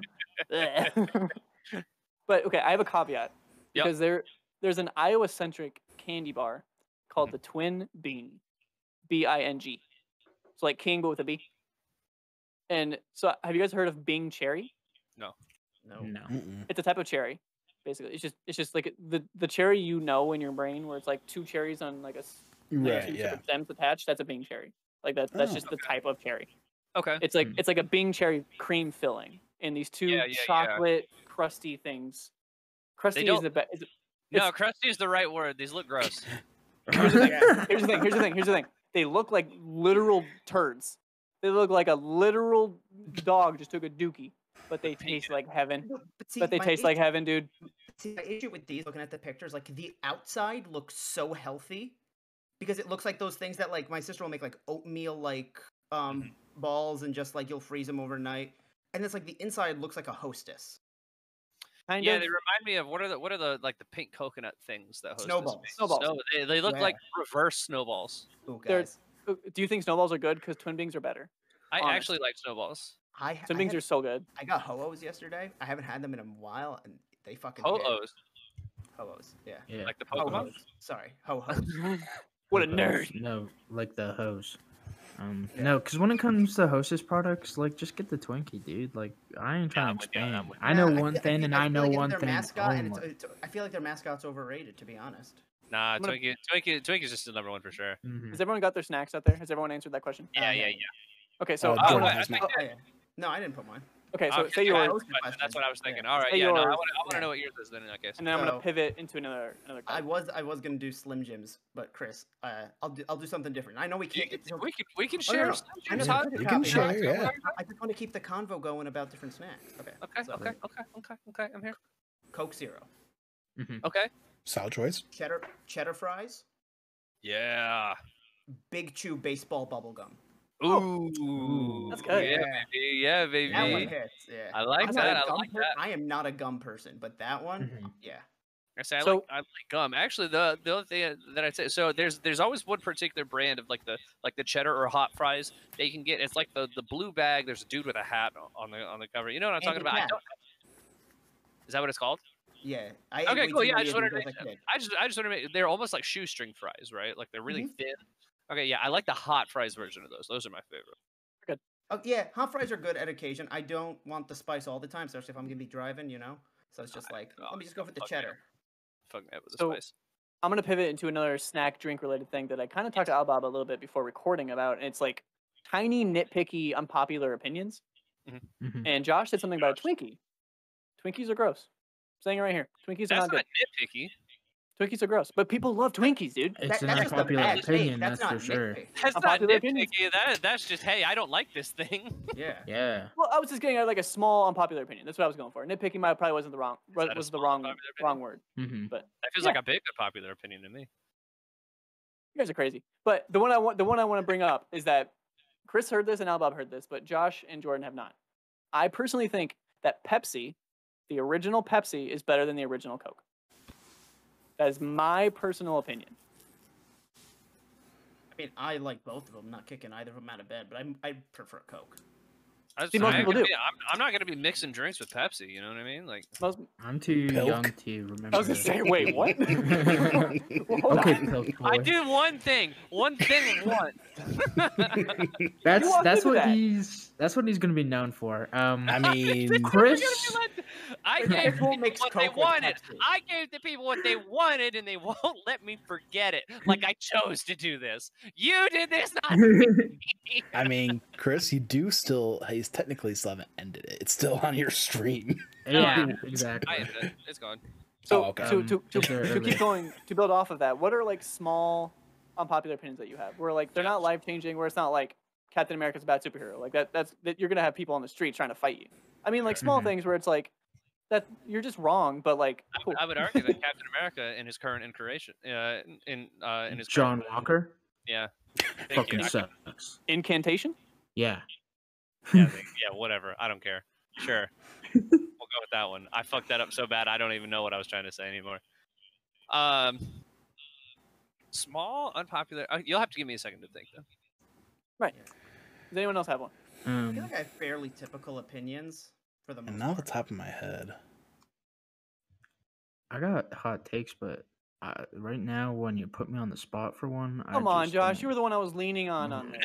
Speaker 1: bleh. but okay, I have a caveat
Speaker 4: Yep.
Speaker 1: because there there's an Iowa centric candy bar called the Twin Bean, B I N G. It's like king but with a B. And so, have you guys heard of Bing cherry?
Speaker 3: No.
Speaker 5: No.
Speaker 2: Mm-mm.
Speaker 1: It's a type of cherry, basically. It's just it's just like the the cherry you know in your brain, where it's like two cherries on like a s- like
Speaker 2: Right.
Speaker 1: two
Speaker 2: Yeah.
Speaker 1: separate stems attached. That's a Bing cherry. Like that that's
Speaker 2: Oh.
Speaker 1: just the type of cherry.
Speaker 4: Okay.
Speaker 1: It's like
Speaker 5: Mm.
Speaker 1: it's like a Bing cherry cream filling, and these two
Speaker 4: Hmm. Yeah, yeah, yeah.
Speaker 1: chocolate crusty things. Crusty is
Speaker 4: don't-
Speaker 1: the best. Is,
Speaker 4: No, crusty is the right word. These look gross.
Speaker 1: here's the thing. Here's the thing. Here's the thing. They look like literal turds. They look like a literal dog just took a dookie, but they taste like heaven.
Speaker 3: No, But, see,
Speaker 1: But they
Speaker 3: my
Speaker 1: taste like
Speaker 3: issue-
Speaker 1: heaven, dude.
Speaker 3: See, my issue with these, looking at the pictures, like the outside looks so healthy because it looks like those things that like my sister will make like oatmeal like um balls and just like you'll freeze them overnight, and it's like the inside looks like a hostess
Speaker 1: Kind
Speaker 4: yeah,
Speaker 1: of.
Speaker 4: they remind me of what are the what are the like the pink coconut things that Hostess
Speaker 3: Snowballs.
Speaker 4: makes?
Speaker 1: Snowballs.
Speaker 4: Snow- they, they look
Speaker 3: Yeah.
Speaker 4: like reverse snowballs.
Speaker 3: Ooh,
Speaker 1: They're-
Speaker 3: guys.
Speaker 1: Uh, Do you think snowballs are good? Because twin beings are better.
Speaker 4: I
Speaker 1: Honest.
Speaker 4: actually like snowballs.
Speaker 3: I, ha- I,
Speaker 1: Twin beings
Speaker 3: had-
Speaker 1: are so good.
Speaker 3: I got ho-ohs yesterday. I haven't had them in a while, and they fucking hit.
Speaker 4: Ho-ohs,
Speaker 3: Ho-ohs, yeah.
Speaker 5: Yeah.
Speaker 4: like the
Speaker 1: Oh,
Speaker 4: Pokemon.
Speaker 3: Ho-hos. Sorry, ho-hos.
Speaker 1: what a
Speaker 5: Hose.
Speaker 1: nerd.
Speaker 5: No, like the hose. Um, No, because when it comes to Hostess products, like just get the Twinkie, dude. Like I ain't
Speaker 4: I'm
Speaker 5: trying to
Speaker 4: with you, I'm
Speaker 5: expand.
Speaker 4: with
Speaker 5: I know
Speaker 3: Yeah,
Speaker 5: one
Speaker 3: feel-
Speaker 5: thing,
Speaker 3: feel-
Speaker 5: and I
Speaker 3: feel
Speaker 5: know
Speaker 3: like it's
Speaker 5: one
Speaker 3: their
Speaker 5: thing.
Speaker 3: Mascot, and it's,
Speaker 5: only.
Speaker 3: it's, I feel like their mascot's overrated, to be honest.
Speaker 4: Nah,
Speaker 1: I'm gonna-
Speaker 4: Twinkie, Twinkie, Twinkie's just the number one for sure.
Speaker 5: Mhm.
Speaker 1: Has everyone got their snacks out there? Has everyone answered that question?
Speaker 4: Yeah, yeah, yeah.
Speaker 1: Okay, so
Speaker 2: Uh,
Speaker 1: I
Speaker 2: Jordan
Speaker 1: wanna-
Speaker 2: has
Speaker 4: think
Speaker 3: Oh, oh, yeah. No, I didn't put mine.
Speaker 1: okay,
Speaker 4: I
Speaker 1: so
Speaker 4: was
Speaker 1: say yours,
Speaker 4: gonna ask
Speaker 3: yours.
Speaker 4: the question, That's what I was
Speaker 3: Yeah.
Speaker 4: thinking. All right,
Speaker 1: Say
Speaker 4: yeah, no, I
Speaker 1: yours,
Speaker 4: want to
Speaker 3: yeah.
Speaker 4: know what yours is then in that case.
Speaker 1: and then I'm gonna
Speaker 3: So-
Speaker 1: pivot into another another.
Speaker 3: I
Speaker 1: question.
Speaker 3: was I was gonna do Slim Jims, but Chris, uh, I'll do, I'll do something different. I know we
Speaker 4: You
Speaker 3: can't.
Speaker 4: can-
Speaker 3: get to-
Speaker 4: we can we can
Speaker 3: Oh, no,
Speaker 4: share.
Speaker 3: no,
Speaker 4: some
Speaker 3: I know
Speaker 4: juice,
Speaker 3: we
Speaker 4: huh?
Speaker 3: can
Speaker 2: You can
Speaker 3: copy.
Speaker 2: share,
Speaker 3: No,
Speaker 2: yeah.
Speaker 3: I just want to keep the convo going about different snacks. Okay.
Speaker 4: Okay,
Speaker 3: so,
Speaker 4: okay, okay, okay, okay. I'm here.
Speaker 3: Coke Zero,
Speaker 4: Okay.
Speaker 2: Solid choice.
Speaker 3: cheddar cheddar fries,
Speaker 4: Yeah.
Speaker 3: Big Chew baseball bubble gum.
Speaker 4: Ooh.
Speaker 1: That's good.
Speaker 4: Yeah,
Speaker 3: Yeah.
Speaker 4: baby. Yeah, baby.
Speaker 3: That one hits. Yeah.
Speaker 4: I like
Speaker 3: I'm not a
Speaker 4: that. I
Speaker 3: gum
Speaker 4: like
Speaker 3: per-
Speaker 4: that.
Speaker 3: I am not a gum person, but that one,
Speaker 1: Mm-hmm.
Speaker 5: Mhm.
Speaker 3: yeah.
Speaker 4: I say I like
Speaker 1: So-
Speaker 4: I like gum. Actually, the the other thing that I'd say so there's there's always one particular brand of like the like the cheddar or hot fries that you can get. It's like the the blue bag. There's a dude with a hat o- on the on the cover. You know what I'm talking
Speaker 3: Andy
Speaker 4: about? I
Speaker 3: Cap.
Speaker 4: don't, is that what it's called?
Speaker 3: Yeah. I ate
Speaker 4: Okay,
Speaker 3: way
Speaker 4: cool,
Speaker 3: too
Speaker 4: yeah, I
Speaker 3: many
Speaker 4: just
Speaker 3: of
Speaker 4: wanted
Speaker 3: these
Speaker 4: to
Speaker 3: as a kid.
Speaker 4: I just I just want to make they're almost like shoestring fries, right? Like they're really
Speaker 1: Mm-hmm.
Speaker 4: thin. Okay, yeah, I like the hot fries version of those. Those are my favorite.
Speaker 3: Oh, yeah, hot fries are good at occasion. I don't want the spice all the time, especially if I'm gonna be driving, you know. So it's just like,
Speaker 4: well,
Speaker 3: let me just go for the
Speaker 4: Oh, fuck yeah.
Speaker 3: cheddar.
Speaker 4: Fuck that with the
Speaker 1: So-
Speaker 4: spice.
Speaker 1: I'm gonna pivot into another snack drink related thing that I kind of talked to Al about a little bit before recording about, and it's like tiny nitpicky unpopular opinions.
Speaker 5: Mhm.
Speaker 1: And Josh said something about a Twinkie. Twinkies are gross. I'm saying it right here, Twinkies are
Speaker 4: That's
Speaker 1: not good.
Speaker 4: not nitpicky.
Speaker 1: Twinkies are gross, but people love Twinkies, dude.
Speaker 5: It's
Speaker 3: That-
Speaker 5: an
Speaker 3: that's just a
Speaker 5: unpopular
Speaker 3: bad take,
Speaker 5: opinion, that's, for
Speaker 3: not
Speaker 5: sure.
Speaker 3: nitpick.
Speaker 4: That's not
Speaker 1: Unpopular opinions.
Speaker 4: nitpicky. That that's just hey, I don't like this thing.
Speaker 3: Yeah.
Speaker 5: Yeah.
Speaker 1: Well, I was just getting at like a small unpopular opinion. That's what I was going for. Nitpicking my probably wasn't the wrong was,
Speaker 4: that a
Speaker 1: was the
Speaker 4: small
Speaker 1: wrong
Speaker 4: unpopular opinion?
Speaker 1: wrong word.
Speaker 5: hmm
Speaker 4: That feels
Speaker 1: Yeah.
Speaker 4: like a big unpopular opinion to me.
Speaker 1: You guys are crazy. But the one I want the one I want to bring up is that Chris heard this and Al Bob heard this, but Josh and Jordan have not. I personally think that Pepsi, the original Pepsi, is better than the original Coke. That is my personal opinion.
Speaker 3: I mean, I like both of them. Not kicking either of them out of bed, but I I prefer Coke.
Speaker 4: That's
Speaker 1: See, most
Speaker 4: fine.
Speaker 1: people
Speaker 4: I mean,
Speaker 1: do.
Speaker 4: I'm, I'm not gonna be mixing drinks with Pepsi. You know what I mean? Like,
Speaker 1: Most,
Speaker 5: I'm too
Speaker 2: Pilk.
Speaker 5: young to remember.
Speaker 1: I was gonna
Speaker 5: this.
Speaker 1: say, wait, what? Well, hold
Speaker 5: okay,
Speaker 1: on.
Speaker 5: Pilk
Speaker 4: I
Speaker 5: boy.
Speaker 4: did one thing, one thing once.
Speaker 5: That's
Speaker 1: You walked
Speaker 5: that's
Speaker 1: into
Speaker 5: what
Speaker 1: that.
Speaker 5: he's that's what he's gonna be known for. Um,
Speaker 2: I mean,
Speaker 5: Chris.
Speaker 4: I
Speaker 3: But
Speaker 4: gave
Speaker 3: Red Bull
Speaker 4: people
Speaker 3: makes
Speaker 4: what they
Speaker 3: Coke with
Speaker 4: wanted.
Speaker 3: Pepsi.
Speaker 4: I gave the people what they wanted, and they won't let me forget it. Like I chose to do this. You did this, not me.
Speaker 2: I mean, Chris, you do still. He's technically still haven't ended it. It's still on your stream.
Speaker 5: yeah,
Speaker 4: No.
Speaker 5: exactly.
Speaker 4: I am done. It's gone.
Speaker 1: So
Speaker 2: Oh, okay.
Speaker 1: to,
Speaker 5: Um,
Speaker 1: to, to,
Speaker 5: sure,
Speaker 1: to
Speaker 5: earlier.
Speaker 1: keep going, to build off of that, what are like small unpopular opinions that you have? Where like they're not life changing, where it's not like Captain America's a bad superhero. Like that that's that you're gonna have people on the street trying to fight you. I mean like small
Speaker 5: Mhm.
Speaker 1: things where it's like that you're just wrong, but like cool.
Speaker 4: I would argue that Captain America in his current incarnation, uh, in uh, in his
Speaker 5: John
Speaker 4: current,
Speaker 5: Walker
Speaker 4: Yeah. Thank
Speaker 5: fucking
Speaker 4: you. I-
Speaker 5: sucks.
Speaker 1: incantation?
Speaker 5: Yeah.
Speaker 4: yeah, they- yeah, whatever. I don't care. Sure. we'll go with that one. I fucked that up so bad I don't even know what I was trying to say anymore. Um small unpopular uh, you'll have to give me a second to think though.
Speaker 1: Does anyone else have one?
Speaker 3: I feel
Speaker 5: Um,
Speaker 3: like I have fairly typical opinions for the most.
Speaker 2: And now the
Speaker 3: part.
Speaker 2: top of my head.
Speaker 5: I got hot takes, but I, right now, when you put me on the spot for one, I
Speaker 1: Come on,
Speaker 5: just
Speaker 1: Josh.
Speaker 5: don't-
Speaker 1: You were the one I was leaning on on this.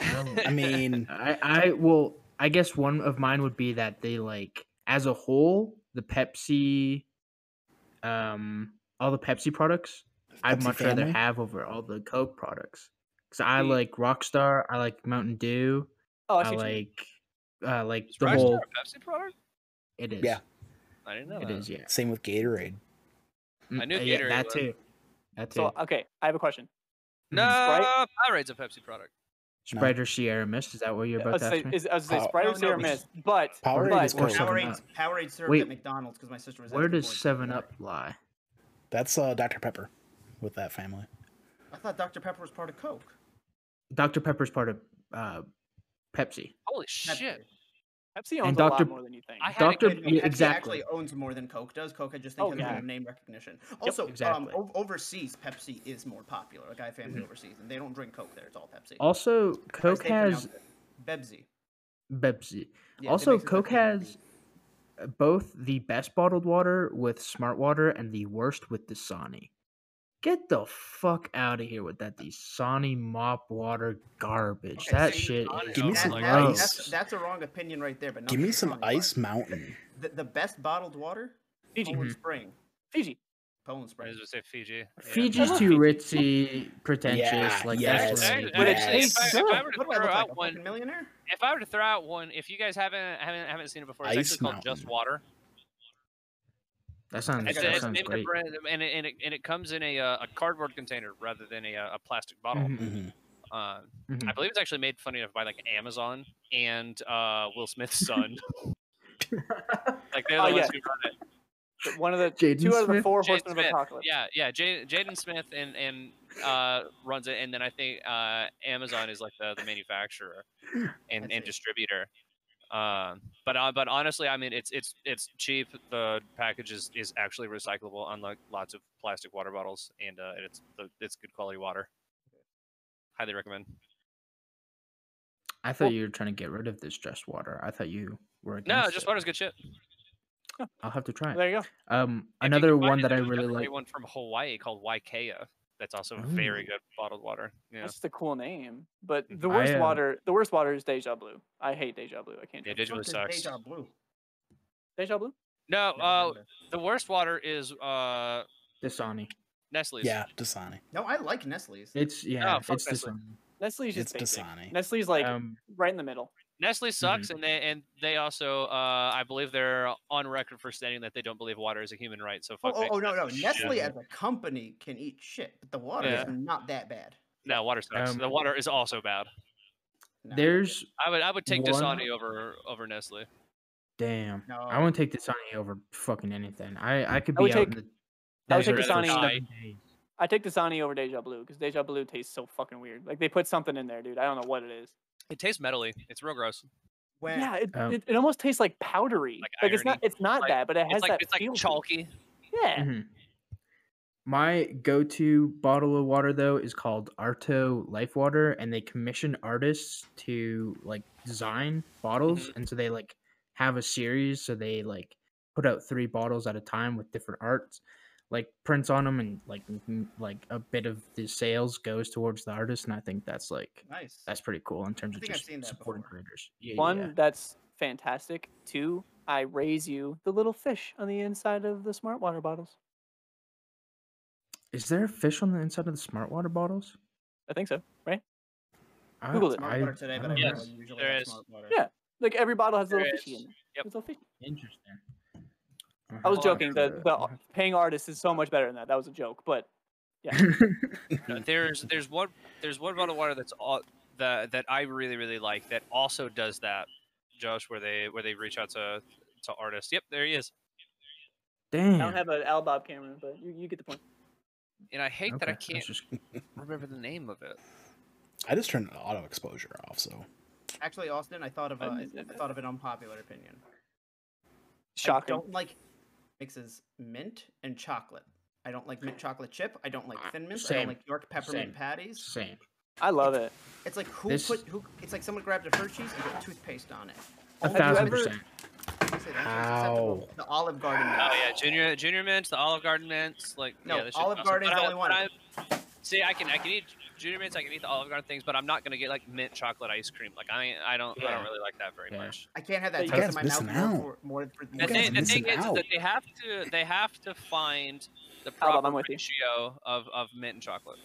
Speaker 5: Mm,
Speaker 2: I mean,
Speaker 5: I, I well, I guess one of mine would be that they like as a whole the Pepsi, um, all the Pepsi products. I'd
Speaker 2: Pepsi
Speaker 5: much rather
Speaker 2: family?
Speaker 5: have over all the Coke products because I
Speaker 1: Mm.
Speaker 5: like Rockstar, I like Mountain Dew,
Speaker 1: Oh, I
Speaker 5: I
Speaker 1: see. what you mean.
Speaker 5: like uh, like
Speaker 4: Is
Speaker 5: the
Speaker 4: Rockstar
Speaker 5: whole.
Speaker 4: a Pepsi product?
Speaker 5: It is.
Speaker 2: Yeah.
Speaker 4: I didn't know
Speaker 5: It
Speaker 4: that.
Speaker 5: is. Yeah.
Speaker 2: Same with Gatorade.
Speaker 5: Mm,
Speaker 4: I knew
Speaker 5: uh, yeah,
Speaker 4: Gatorade
Speaker 5: that
Speaker 4: was.
Speaker 5: too. That too.
Speaker 1: so okay, I have a question.
Speaker 4: No,
Speaker 1: Sprite?
Speaker 4: Powerade's a Pepsi product.
Speaker 5: Sprite or Sierra Mist? Is that what you're
Speaker 1: I
Speaker 5: about
Speaker 1: was
Speaker 5: to
Speaker 1: gonna
Speaker 5: ask
Speaker 1: say,
Speaker 5: me? Oh,
Speaker 1: is, I was gonna say
Speaker 2: Pow-
Speaker 1: Sprite
Speaker 3: No,
Speaker 1: or
Speaker 3: no,
Speaker 1: Sierra
Speaker 3: it's-
Speaker 1: Mist, but
Speaker 2: Powerade
Speaker 1: but
Speaker 2: is
Speaker 1: or
Speaker 2: worse.
Speaker 1: Seven
Speaker 3: Powerade
Speaker 2: Up.
Speaker 3: Powerade served
Speaker 5: Wait.
Speaker 3: at McDonald's because my sister was.
Speaker 5: Where
Speaker 3: asking
Speaker 5: does
Speaker 3: for it.
Speaker 5: Seven Up lie?
Speaker 2: That's uh, Dr. Pepper with that family.
Speaker 3: I thought Dr. Pepper was part of Coke.
Speaker 5: Dr. Pepper's part of uh, Pepsi.
Speaker 4: Holy
Speaker 3: Pepsi.
Speaker 4: shit!
Speaker 1: Pepsi owns a
Speaker 5: Dr.
Speaker 1: lot more than you think.
Speaker 4: I had a
Speaker 5: Dr.
Speaker 3: Wait,
Speaker 4: good
Speaker 5: yeah,
Speaker 3: no, Pepsi
Speaker 5: exactly.
Speaker 3: actually owns more than Coke does. Coke, I just think,
Speaker 1: Oh,
Speaker 3: has
Speaker 1: yeah.
Speaker 3: better name recognition. Also, um,
Speaker 5: exactly.
Speaker 3: o- overseas, Pepsi is more popular. Like I have family overseas, and they don't drink Coke there. It's all Pepsi.
Speaker 5: Also,
Speaker 3: As
Speaker 5: Coke
Speaker 3: they pronounce
Speaker 5: has
Speaker 3: it. Bebsy.
Speaker 5: Pepsi.
Speaker 3: Yeah, it
Speaker 5: also,
Speaker 3: makes it
Speaker 5: Coke
Speaker 3: sound
Speaker 5: has uh, both the best bottled water with Smart Water and the worst with Dasani. Get the fuck out of here with that Dasani mop water garbage.
Speaker 4: Okay,
Speaker 5: that
Speaker 4: so you
Speaker 5: shit
Speaker 4: got
Speaker 5: is
Speaker 4: it.
Speaker 2: Give me
Speaker 3: That-
Speaker 2: some
Speaker 4: Like,
Speaker 3: that-
Speaker 5: gross.
Speaker 3: that's, that's a wrong opinion right there. But
Speaker 2: Give me
Speaker 3: nothing's
Speaker 2: some
Speaker 3: wrong with
Speaker 2: Ice
Speaker 3: it.
Speaker 2: Mountain.
Speaker 3: The, the best bottled water,
Speaker 1: Fiji.
Speaker 3: Poland Spring.
Speaker 1: Fiji.
Speaker 3: Poland
Speaker 4: I was
Speaker 3: Spring.
Speaker 4: gonna say Fiji. Yeah.
Speaker 5: Fiji's too ritzy, pretentious.
Speaker 2: Yeah,
Speaker 5: like
Speaker 2: yes.
Speaker 5: that's
Speaker 4: Actually,
Speaker 5: like,
Speaker 1: But it's-
Speaker 4: actually,
Speaker 1: it's
Speaker 4: if I, if I were to
Speaker 3: What do I
Speaker 4: throw
Speaker 3: look
Speaker 4: out
Speaker 3: like? A
Speaker 4: one,
Speaker 3: fucking millionaire?
Speaker 4: if I were to throw out one, if you guys haven't haven't haven't seen it before, it's
Speaker 2: Ice
Speaker 4: actually called Just
Speaker 2: Mountain.
Speaker 4: Water.
Speaker 5: that sounds
Speaker 4: It's,
Speaker 3: Okay.
Speaker 5: that
Speaker 4: it's
Speaker 5: sounds
Speaker 4: named
Speaker 5: great.
Speaker 4: the brand, and it, and it, and it comes in a, uh, a cardboard container rather than a, uh, a plastic bottle.
Speaker 5: Mhm,
Speaker 2: hmm
Speaker 4: Uh,
Speaker 5: mhm.
Speaker 4: I believe it's actually made funny of by like Amazon and uh, Will Smith's son. like they're the
Speaker 1: Oh,
Speaker 4: ones
Speaker 1: yeah.
Speaker 4: who run it.
Speaker 1: But One of the
Speaker 5: Jaden
Speaker 1: two out of the
Speaker 5: Smith?
Speaker 1: four
Speaker 4: Jaden
Speaker 1: horsemen
Speaker 4: Smith,
Speaker 1: of apocalypse.
Speaker 4: Yeah, yeah. Ja- Jaden Smith and and uh, runs it, and then I think uh, Amazon is like the, the manufacturer
Speaker 3: I
Speaker 4: and, and
Speaker 3: see.
Speaker 4: distributor. Um, but uh, but honestly, I mean, it's it's it's cheap. The package is, is actually recyclable, unlike lots of plastic water bottles, and uh, and it's the, it's good quality water. Highly recommend.
Speaker 5: I thought you were trying to get rid of this just water. I thought you were
Speaker 4: No,
Speaker 5: against
Speaker 4: just
Speaker 5: it.
Speaker 4: water's good shit. If you
Speaker 5: I'll have to try it.
Speaker 1: There you go.
Speaker 5: Um,
Speaker 4: can
Speaker 5: another
Speaker 4: find
Speaker 5: one
Speaker 4: it,
Speaker 5: that I
Speaker 4: there's
Speaker 5: really
Speaker 4: another
Speaker 5: like.
Speaker 4: One from Hawaii called Waikea. That's also very
Speaker 5: Ooh.
Speaker 4: good bottled water. Yeah. Mm-hmm.
Speaker 1: That's just a cool name. But the
Speaker 5: I,
Speaker 1: worst
Speaker 5: uh,
Speaker 1: water, the worst water is Deja Blue. I hate Deja Blue. I can't.
Speaker 4: Yeah,
Speaker 1: drink
Speaker 4: digitally
Speaker 3: What is
Speaker 4: sucks.
Speaker 3: Deja Blue?
Speaker 1: Deja Blue.
Speaker 4: No,
Speaker 3: Never
Speaker 4: uh,
Speaker 3: heard of it.
Speaker 4: the worst water is uh,
Speaker 5: Dasani.
Speaker 4: Nestle's.
Speaker 2: Yeah, Dasani.
Speaker 3: No, I like Nestle's.
Speaker 5: It's yeah.
Speaker 4: fuck
Speaker 5: it's
Speaker 4: Nestle.
Speaker 5: Dasani.
Speaker 1: Nestle's
Speaker 2: It's
Speaker 1: just basic.
Speaker 2: Dasani.
Speaker 1: Nestle's like
Speaker 5: um,
Speaker 1: right in the middle.
Speaker 4: Nestle
Speaker 1: Mm-hmm.
Speaker 4: sucks, and they and they also, uh, I believe they're on record for stating that they don't believe water is a human right. So
Speaker 3: Oh,
Speaker 4: fuck.
Speaker 3: oh,
Speaker 4: Nick.
Speaker 3: oh, no, no.
Speaker 4: Shit.
Speaker 3: Nestle as a company can eat shit, but the water
Speaker 4: Yeah.
Speaker 3: is not that bad.
Speaker 4: No, water sucks.
Speaker 5: Um,
Speaker 4: the water is also bad.
Speaker 3: No,
Speaker 5: there's
Speaker 4: I would I would take
Speaker 5: one-
Speaker 4: Dasani over over Nestle.
Speaker 5: damn.
Speaker 3: no.
Speaker 5: I wouldn't take Dasani over fucking anything. I I could
Speaker 1: I
Speaker 5: be
Speaker 1: would
Speaker 5: out in
Speaker 1: take-
Speaker 5: the
Speaker 1: I would take
Speaker 5: desert for
Speaker 4: Dasani.
Speaker 5: seven days.
Speaker 1: I take Dasani over Deja Blue because Deja Blue tastes so fucking weird. Like they put something in there, dude. I don't know what it is.
Speaker 4: It tastes metally. It's real gross.
Speaker 3: When,
Speaker 1: Yeah, it,
Speaker 5: Um,
Speaker 1: it, it almost tastes like powdery.
Speaker 4: like
Speaker 1: Like, it's not it's not
Speaker 4: Like,
Speaker 1: that, but it has
Speaker 4: It's like
Speaker 1: that
Speaker 4: it's like
Speaker 1: feel to it.
Speaker 4: chalky.
Speaker 2: Mm-hmm.
Speaker 1: Yeah,
Speaker 5: Mhm. My go-to bottle of water though is called Arto Life Water, and they commission artists to like design bottles,
Speaker 3: Mm-hmm.
Speaker 5: and so they like have a series. So they like put out three bottles at a time with different arts, like prints on them, and like m- like a bit of the sales goes towards the artist. And I think that's like
Speaker 3: Nice.
Speaker 5: that's pretty cool in terms of
Speaker 3: think I've
Speaker 5: just
Speaker 3: seen that
Speaker 5: supporting
Speaker 3: before.
Speaker 5: creators. Yeah, yeah,
Speaker 1: one
Speaker 5: yeah.
Speaker 1: that's fantastic. Two, I raise you the little fish on the inside of the smart water bottles.
Speaker 5: Is there a fish on the inside of the smart water bottles?
Speaker 1: I think so.
Speaker 5: I-
Speaker 1: Googled it.
Speaker 3: Smart
Speaker 5: I-
Speaker 3: water today,
Speaker 5: I
Speaker 3: but I
Speaker 5: don't
Speaker 4: Yes,
Speaker 5: know.
Speaker 3: don't usually
Speaker 4: there
Speaker 3: have
Speaker 4: is.
Speaker 3: smart water.
Speaker 1: Yeah. Like every bottle has a little
Speaker 4: There
Speaker 1: fishy
Speaker 4: is.
Speaker 1: in it.
Speaker 4: Yep.
Speaker 1: Little fishy.
Speaker 5: Interesting. I'll
Speaker 1: I was
Speaker 5: have to
Speaker 1: joking.
Speaker 5: try
Speaker 1: The,
Speaker 5: that.
Speaker 1: the
Speaker 5: I'll
Speaker 1: ar- paying artist is so much better than that. That was a joke, but
Speaker 5: have to-
Speaker 4: No, there's there's one there's one bottle of water that's all that that I really really like that also does that, Josh, where they where they reach out to to artists. Yep, there he is.
Speaker 5: Damn.
Speaker 1: I don't have an Al Bob camera, but you, you get the point.
Speaker 4: And I hate that I
Speaker 5: Okay,
Speaker 4: can't
Speaker 5: that's just-
Speaker 4: remember the name of it.
Speaker 2: I just turned auto exposure off, so
Speaker 3: Actually, Austin, I thought of a,
Speaker 1: I
Speaker 3: I
Speaker 1: didn't know that.
Speaker 3: thought of an unpopular opinion. I
Speaker 1: Shocking.
Speaker 3: don't like mixes mint and chocolate. I don't like mint chocolate chip. I don't like
Speaker 5: Uh,
Speaker 3: thin mints. I
Speaker 5: same,
Speaker 3: don't like York peppermint
Speaker 5: same.
Speaker 3: patties.
Speaker 5: Same.
Speaker 1: I love it.
Speaker 3: It's like who
Speaker 5: This-
Speaker 3: put who? It's like someone grabbed a Hershey's and put toothpaste on it.
Speaker 5: A
Speaker 1: Have you
Speaker 5: thousand
Speaker 1: ever-
Speaker 5: percent.
Speaker 3: I say that's acceptable. The Olive Garden.
Speaker 4: Oh
Speaker 3: mint.
Speaker 4: yeah, junior junior mints, the Olive Garden mints, like
Speaker 3: No,
Speaker 4: yeah, this shit's
Speaker 3: Olive
Speaker 4: awesome.
Speaker 3: Garden's
Speaker 4: But
Speaker 3: the
Speaker 4: I-
Speaker 3: only one.
Speaker 4: but I- See, I can I can eat junior mints, I can eat the Olive Garden things, but I'm not gonna get like mint chocolate ice cream. Like I I don't I
Speaker 5: Yeah.
Speaker 4: don't really like that very
Speaker 5: Yeah.
Speaker 4: much.
Speaker 3: I can't have
Speaker 1: Yeah,
Speaker 3: that
Speaker 1: you
Speaker 3: taste in
Speaker 2: guys
Speaker 3: my
Speaker 2: missing
Speaker 3: mouth
Speaker 2: out.
Speaker 3: more, more, more for
Speaker 4: The
Speaker 3: more
Speaker 2: guys
Speaker 4: thing,
Speaker 3: than
Speaker 4: the
Speaker 2: are
Speaker 4: thing
Speaker 2: missing
Speaker 4: is, is that
Speaker 2: out.
Speaker 4: they have to they have to find the
Speaker 1: Al, I'm
Speaker 4: proper
Speaker 1: with you.
Speaker 4: ratio of, of mint and chocolate.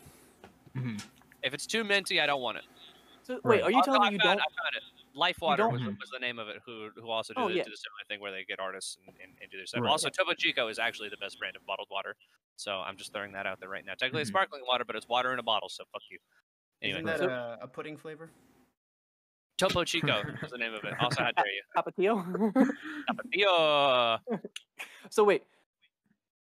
Speaker 5: Mhm.
Speaker 4: If it's too minty, I don't want it.
Speaker 1: So,
Speaker 5: Right.
Speaker 1: wait, are you
Speaker 4: Oh,
Speaker 1: telling
Speaker 4: no,
Speaker 1: me you
Speaker 4: I
Speaker 1: don't?
Speaker 4: found, I found it. Life Water
Speaker 1: don't-
Speaker 4: was,
Speaker 5: Mhm.
Speaker 4: was the name of it. Who who also do,
Speaker 1: Oh,
Speaker 4: the,
Speaker 1: yeah.
Speaker 4: do the similar thing where they get artists and, and, and do their stuff.
Speaker 5: Right.
Speaker 4: Also, Topo Chico is actually the best brand of bottled water. So I'm just throwing that out there right now. Technically,
Speaker 1: Mm-hmm.
Speaker 4: it's
Speaker 5: Mhm.
Speaker 4: sparkling water, but it's water in a bottle. So fuck you. Anyway,
Speaker 3: Isn't that
Speaker 1: So-
Speaker 3: a, a pudding flavor?
Speaker 4: Topo Chico is the name of it. Also, how dare you?
Speaker 1: Tapatio?
Speaker 4: Tapatio.
Speaker 1: so wait,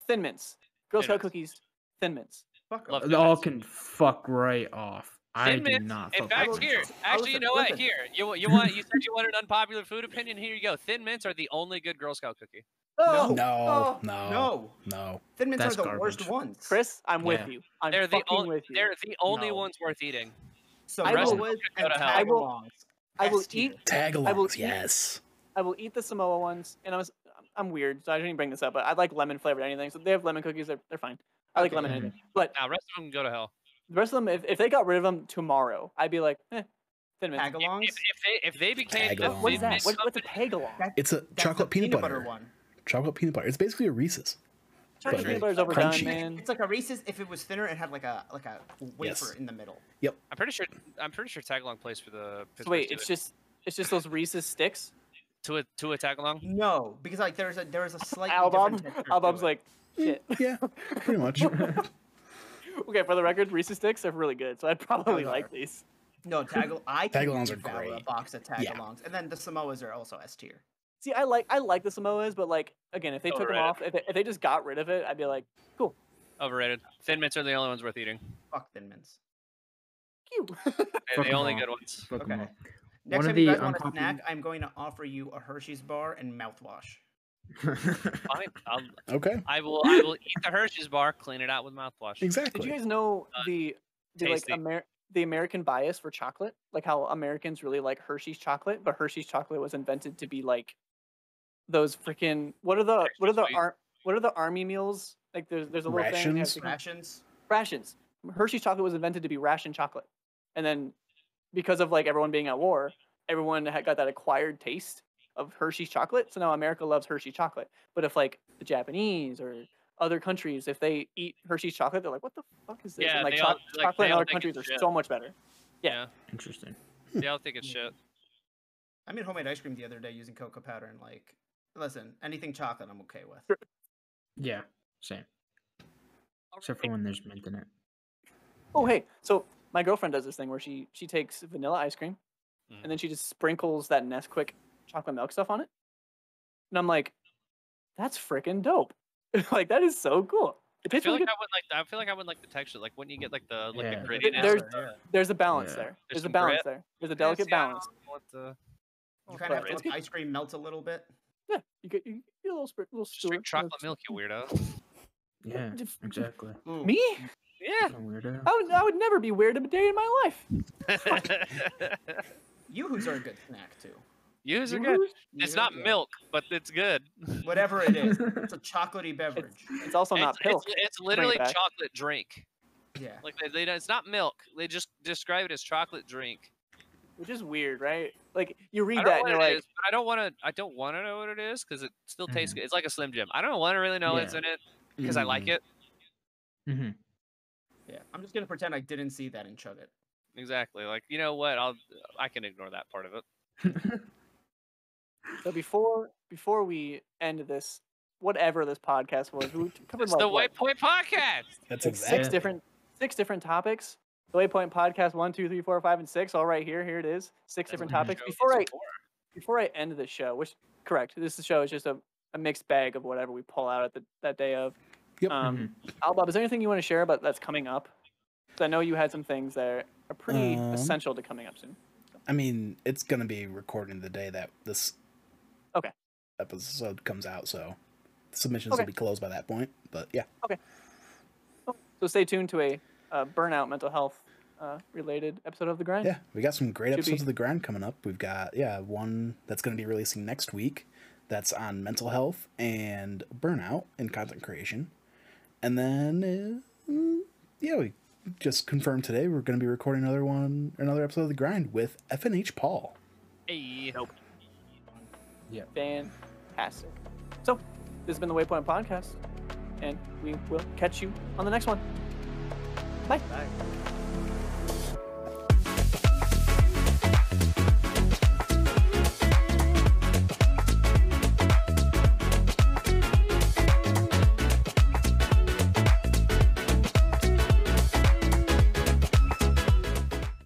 Speaker 1: Thin Mints. Girl
Speaker 4: Thin
Speaker 1: Scout
Speaker 4: Mints.
Speaker 1: cookies, Thin Mints.
Speaker 3: Fuck 'em.
Speaker 4: Love
Speaker 5: They all can fuck right off. I
Speaker 4: Thin
Speaker 5: do
Speaker 4: Mints.
Speaker 5: not.
Speaker 4: In
Speaker 5: fuck
Speaker 4: fact,
Speaker 5: with
Speaker 4: here,
Speaker 5: them.
Speaker 3: I
Speaker 4: actually,
Speaker 3: was
Speaker 4: you
Speaker 3: a-
Speaker 4: know what?
Speaker 3: listen.
Speaker 4: Here, you you want you said you wanted an unpopular food opinion. Here you go. Thin mints are the only good Girl Scout cookie.
Speaker 2: No,
Speaker 3: No.
Speaker 2: no,
Speaker 3: Oh,
Speaker 2: no,
Speaker 3: No, Thin Mints
Speaker 5: That's
Speaker 3: are the
Speaker 5: garbage.
Speaker 3: worst ones.
Speaker 1: Chris, I'm
Speaker 2: Yeah.
Speaker 1: with you. I'm
Speaker 4: they're the
Speaker 1: fucking
Speaker 4: only
Speaker 1: with you.
Speaker 4: they're the only
Speaker 5: No.
Speaker 4: ones worth eating.
Speaker 3: so
Speaker 1: I
Speaker 3: I
Speaker 1: will-
Speaker 3: would
Speaker 4: go
Speaker 3: and
Speaker 4: to hell. I
Speaker 1: will-
Speaker 3: tagalongs.
Speaker 1: I will
Speaker 3: S tier.
Speaker 1: eat. I will
Speaker 2: Tagalongs,
Speaker 1: eat-
Speaker 2: yes.
Speaker 1: I will eat the Samoa ones, and I was I'm weird, so I didn't even bring this up. But I like lemon flavored anything, so they have lemon cookies. They're, they're fine. I like
Speaker 3: Okay.
Speaker 1: lemon
Speaker 5: Mhm.
Speaker 1: anything, but
Speaker 4: Now, rest of them can go to hell.
Speaker 1: the rest of them, if, if they got rid of them tomorrow, I'd be like, eh, Thin Mints.
Speaker 4: If,
Speaker 3: Tagalongs.
Speaker 4: if, if they if they became the
Speaker 2: Tagalongs.
Speaker 1: What is
Speaker 4: Thin
Speaker 1: that?
Speaker 4: Mint
Speaker 1: What, what's a
Speaker 4: company-
Speaker 1: tagalong?
Speaker 3: That's
Speaker 2: It's a
Speaker 3: That's
Speaker 2: chocolate
Speaker 3: the
Speaker 2: peanut, butter.
Speaker 3: one.
Speaker 2: Chocolate peanut butter. It's basically a Reese's.
Speaker 1: Chocolate
Speaker 2: But
Speaker 1: peanut
Speaker 2: it's
Speaker 1: butter's overdone,
Speaker 2: crunchy.
Speaker 1: man.
Speaker 3: It's like a Reese's if it was thinner and had like a like a wafer
Speaker 2: Yes.
Speaker 3: in the middle.
Speaker 4: I'm pretty sure I'm pretty sure Tagalong plays for the
Speaker 1: So
Speaker 4: Pittsburgh
Speaker 1: wait,
Speaker 4: Steelers.
Speaker 1: it's just it's just those Reese's sticks.
Speaker 4: to a to a Tagalong.
Speaker 3: No, because like there's a there's a slight
Speaker 1: Album,
Speaker 3: Album's
Speaker 1: Album's like, shit.
Speaker 2: Mm, Yeah, pretty much.
Speaker 1: Okay, for the record, Reese's sticks are really good, so I'd probably
Speaker 3: they
Speaker 1: like
Speaker 3: are.
Speaker 1: these.
Speaker 3: no tagal. I could
Speaker 2: Tagalongs are
Speaker 3: devour A
Speaker 2: great.
Speaker 3: box of tagalongs,
Speaker 2: Yeah.
Speaker 3: and then the Samoas are also S tier.
Speaker 1: See, I like I like the Samoas, but like again, if they took them
Speaker 4: Overrated.
Speaker 1: off, if they, if they just got rid of it, I'd be like,
Speaker 4: Overrated. Thin mints are the only ones worth eating.
Speaker 3: Fuck Thin Mints.
Speaker 1: cute.
Speaker 4: They're
Speaker 5: Fuck
Speaker 4: the
Speaker 5: 'em
Speaker 4: only
Speaker 5: all.
Speaker 4: good ones.
Speaker 5: Fuck 'em
Speaker 3: Okay.
Speaker 5: all.
Speaker 3: Next
Speaker 5: One of
Speaker 3: time you
Speaker 5: the um,
Speaker 3: guys want a
Speaker 5: unpopular-
Speaker 3: snack, I'm going to offer you a Hershey's bar and mouthwash.
Speaker 4: Fine. I'll,
Speaker 2: okay,
Speaker 4: I will I will eat the Hershey's bar, clean it out with mouthwash.
Speaker 2: exactly.
Speaker 1: Did you guys know
Speaker 4: Uh,
Speaker 1: the the like
Speaker 4: tasty.
Speaker 1: Amer- the American bias for chocolate? Like how Americans really like Hershey's chocolate, but Hershey's chocolate was invented to be like those freaking what are the what are the
Speaker 4: Hershey's
Speaker 1: ar- what are the army meals? Like there's there's a little thing they have
Speaker 2: Rations?
Speaker 1: to-
Speaker 3: Rations.
Speaker 1: rations. Hershey's chocolate was invented to be ration chocolate, and then because of like everyone being at war, everyone had got that acquired taste of Hershey's chocolate. So now America loves Hershey chocolate. But if like the Japanese or other countries, if they eat Hershey's chocolate, they're like, "What the fuck is this?"
Speaker 4: Yeah,
Speaker 1: and like,
Speaker 4: they
Speaker 1: choc-
Speaker 4: all- like,
Speaker 1: chocolate
Speaker 4: they
Speaker 1: in
Speaker 4: all
Speaker 1: other
Speaker 4: think
Speaker 1: countries
Speaker 4: it's
Speaker 1: are
Speaker 4: shit.
Speaker 1: so much better.
Speaker 4: Yeah.
Speaker 5: Interesting.
Speaker 4: They all think it's shit.
Speaker 3: I made homemade ice cream the other day using cocoa powder and like, listen, anything chocolate I'm okay with.
Speaker 5: Yeah, same. Except for when there's mint in it.
Speaker 1: Oh hey, so my girlfriend does this thing where she she takes vanilla ice cream,
Speaker 4: Mhm.
Speaker 1: and then she just sprinkles that Nesquik chocolate milk stuff on it, and I'm like, that's freaking dope. like that is so cool. It
Speaker 4: I
Speaker 1: tastes
Speaker 4: feel
Speaker 1: really good.
Speaker 4: like I would like. I feel like I would like the texture. Like, wouldn't you get like the like
Speaker 5: Yeah.
Speaker 4: the
Speaker 5: Th-
Speaker 4: grittiness?
Speaker 1: there's-
Speaker 4: or- yeah.
Speaker 1: There's a balance
Speaker 5: Yeah.
Speaker 1: there. There's, a
Speaker 4: some
Speaker 1: balance
Speaker 4: grit.
Speaker 1: there. There's a
Speaker 4: Yeah,
Speaker 1: delicate
Speaker 4: see, I don't
Speaker 1: balance.
Speaker 4: know What the
Speaker 3: You
Speaker 4: Oh,
Speaker 3: kind of have to
Speaker 4: it's
Speaker 3: let the ice cream melt a little bit.
Speaker 1: Yeah, you get, you get a little spr- little
Speaker 4: just drink
Speaker 1: stir-
Speaker 4: chocolate
Speaker 1: little-
Speaker 4: milk, you weirdo.
Speaker 5: Yeah,
Speaker 1: Dif-
Speaker 5: exactly.
Speaker 3: Ooh.
Speaker 1: Me?
Speaker 4: Yeah.
Speaker 5: Fucking weirdo.
Speaker 1: I would, I would never be weird a day in my life.
Speaker 3: Yoo-hoos are a good snack too.
Speaker 4: Yous are
Speaker 1: You
Speaker 4: good.
Speaker 1: lose?
Speaker 4: It's
Speaker 3: Yoo-hoos
Speaker 4: not
Speaker 3: are-
Speaker 4: milk, but it's good.
Speaker 3: Whatever it is, it's a chocolatey beverage.
Speaker 1: It's also not
Speaker 4: it's, it's-
Speaker 1: pilk.
Speaker 4: it's literally
Speaker 1: back.
Speaker 4: chocolate drink.
Speaker 3: Yeah.
Speaker 4: Like they, they, don't- it's not milk. They just describe it as chocolate drink.
Speaker 1: which is weird, right? Like you read
Speaker 4: I
Speaker 1: that
Speaker 4: don't
Speaker 1: and
Speaker 4: know
Speaker 1: you're
Speaker 4: what it
Speaker 1: like,
Speaker 4: is, but I don't want to. I don't want to know what it is because it still tastes
Speaker 5: Mhm.
Speaker 4: good. It's like a Slim Jim. I don't want to really know what's
Speaker 5: Yeah.
Speaker 4: in it because I like
Speaker 2: Mm,
Speaker 4: it.
Speaker 5: hmm
Speaker 3: Yeah. I'm just gonna pretend I didn't see that and chug it.
Speaker 4: Exactly. Like you know what? I'll I can ignore that part of it.
Speaker 1: so before before we end this, whatever this podcast was, we covered
Speaker 4: It's
Speaker 1: like
Speaker 4: the
Speaker 1: what,
Speaker 4: White Point Podcast.
Speaker 2: That's
Speaker 1: like,
Speaker 2: exactly.
Speaker 1: six different six different topics. The Waypoint Podcast one, two, three, four, five, and six. All right, here, here it is. Six different
Speaker 5: what the
Speaker 1: topics.
Speaker 4: Show
Speaker 1: Before I
Speaker 4: is for.
Speaker 1: before I end the show, which correct, this show is just a, a mixed bag of whatever we pull out at the, that day of.
Speaker 2: Yep.
Speaker 1: Um,
Speaker 4: Mm-hmm.
Speaker 1: Al Bob, is there anything you want to share about that's coming up? 'Cause I know you had some things that are pretty
Speaker 2: Um,
Speaker 1: essential to coming up soon.
Speaker 2: I mean, it's gonna be recording the day that this
Speaker 1: Okay.
Speaker 2: episode comes out, so submissions
Speaker 1: Okay.
Speaker 2: will be closed by that point. But yeah,
Speaker 1: So stay tuned to a uh, burnout mental health uh, related episode of The Grind.
Speaker 2: yeah, we got some great
Speaker 1: Should
Speaker 2: episodes
Speaker 1: be-
Speaker 2: of the grind coming up. We've got yeah one that's gonna be releasing next week. That's on mental health and burnout and content creation, and then uh, mm, yeah, we just confirmed today we're gonna be recording another one, another episode of the grind with FNH Paul.
Speaker 4: Hey.
Speaker 1: Fantastic. So this has been the Waypoint Podcast, and we will catch you on the next one. Bye.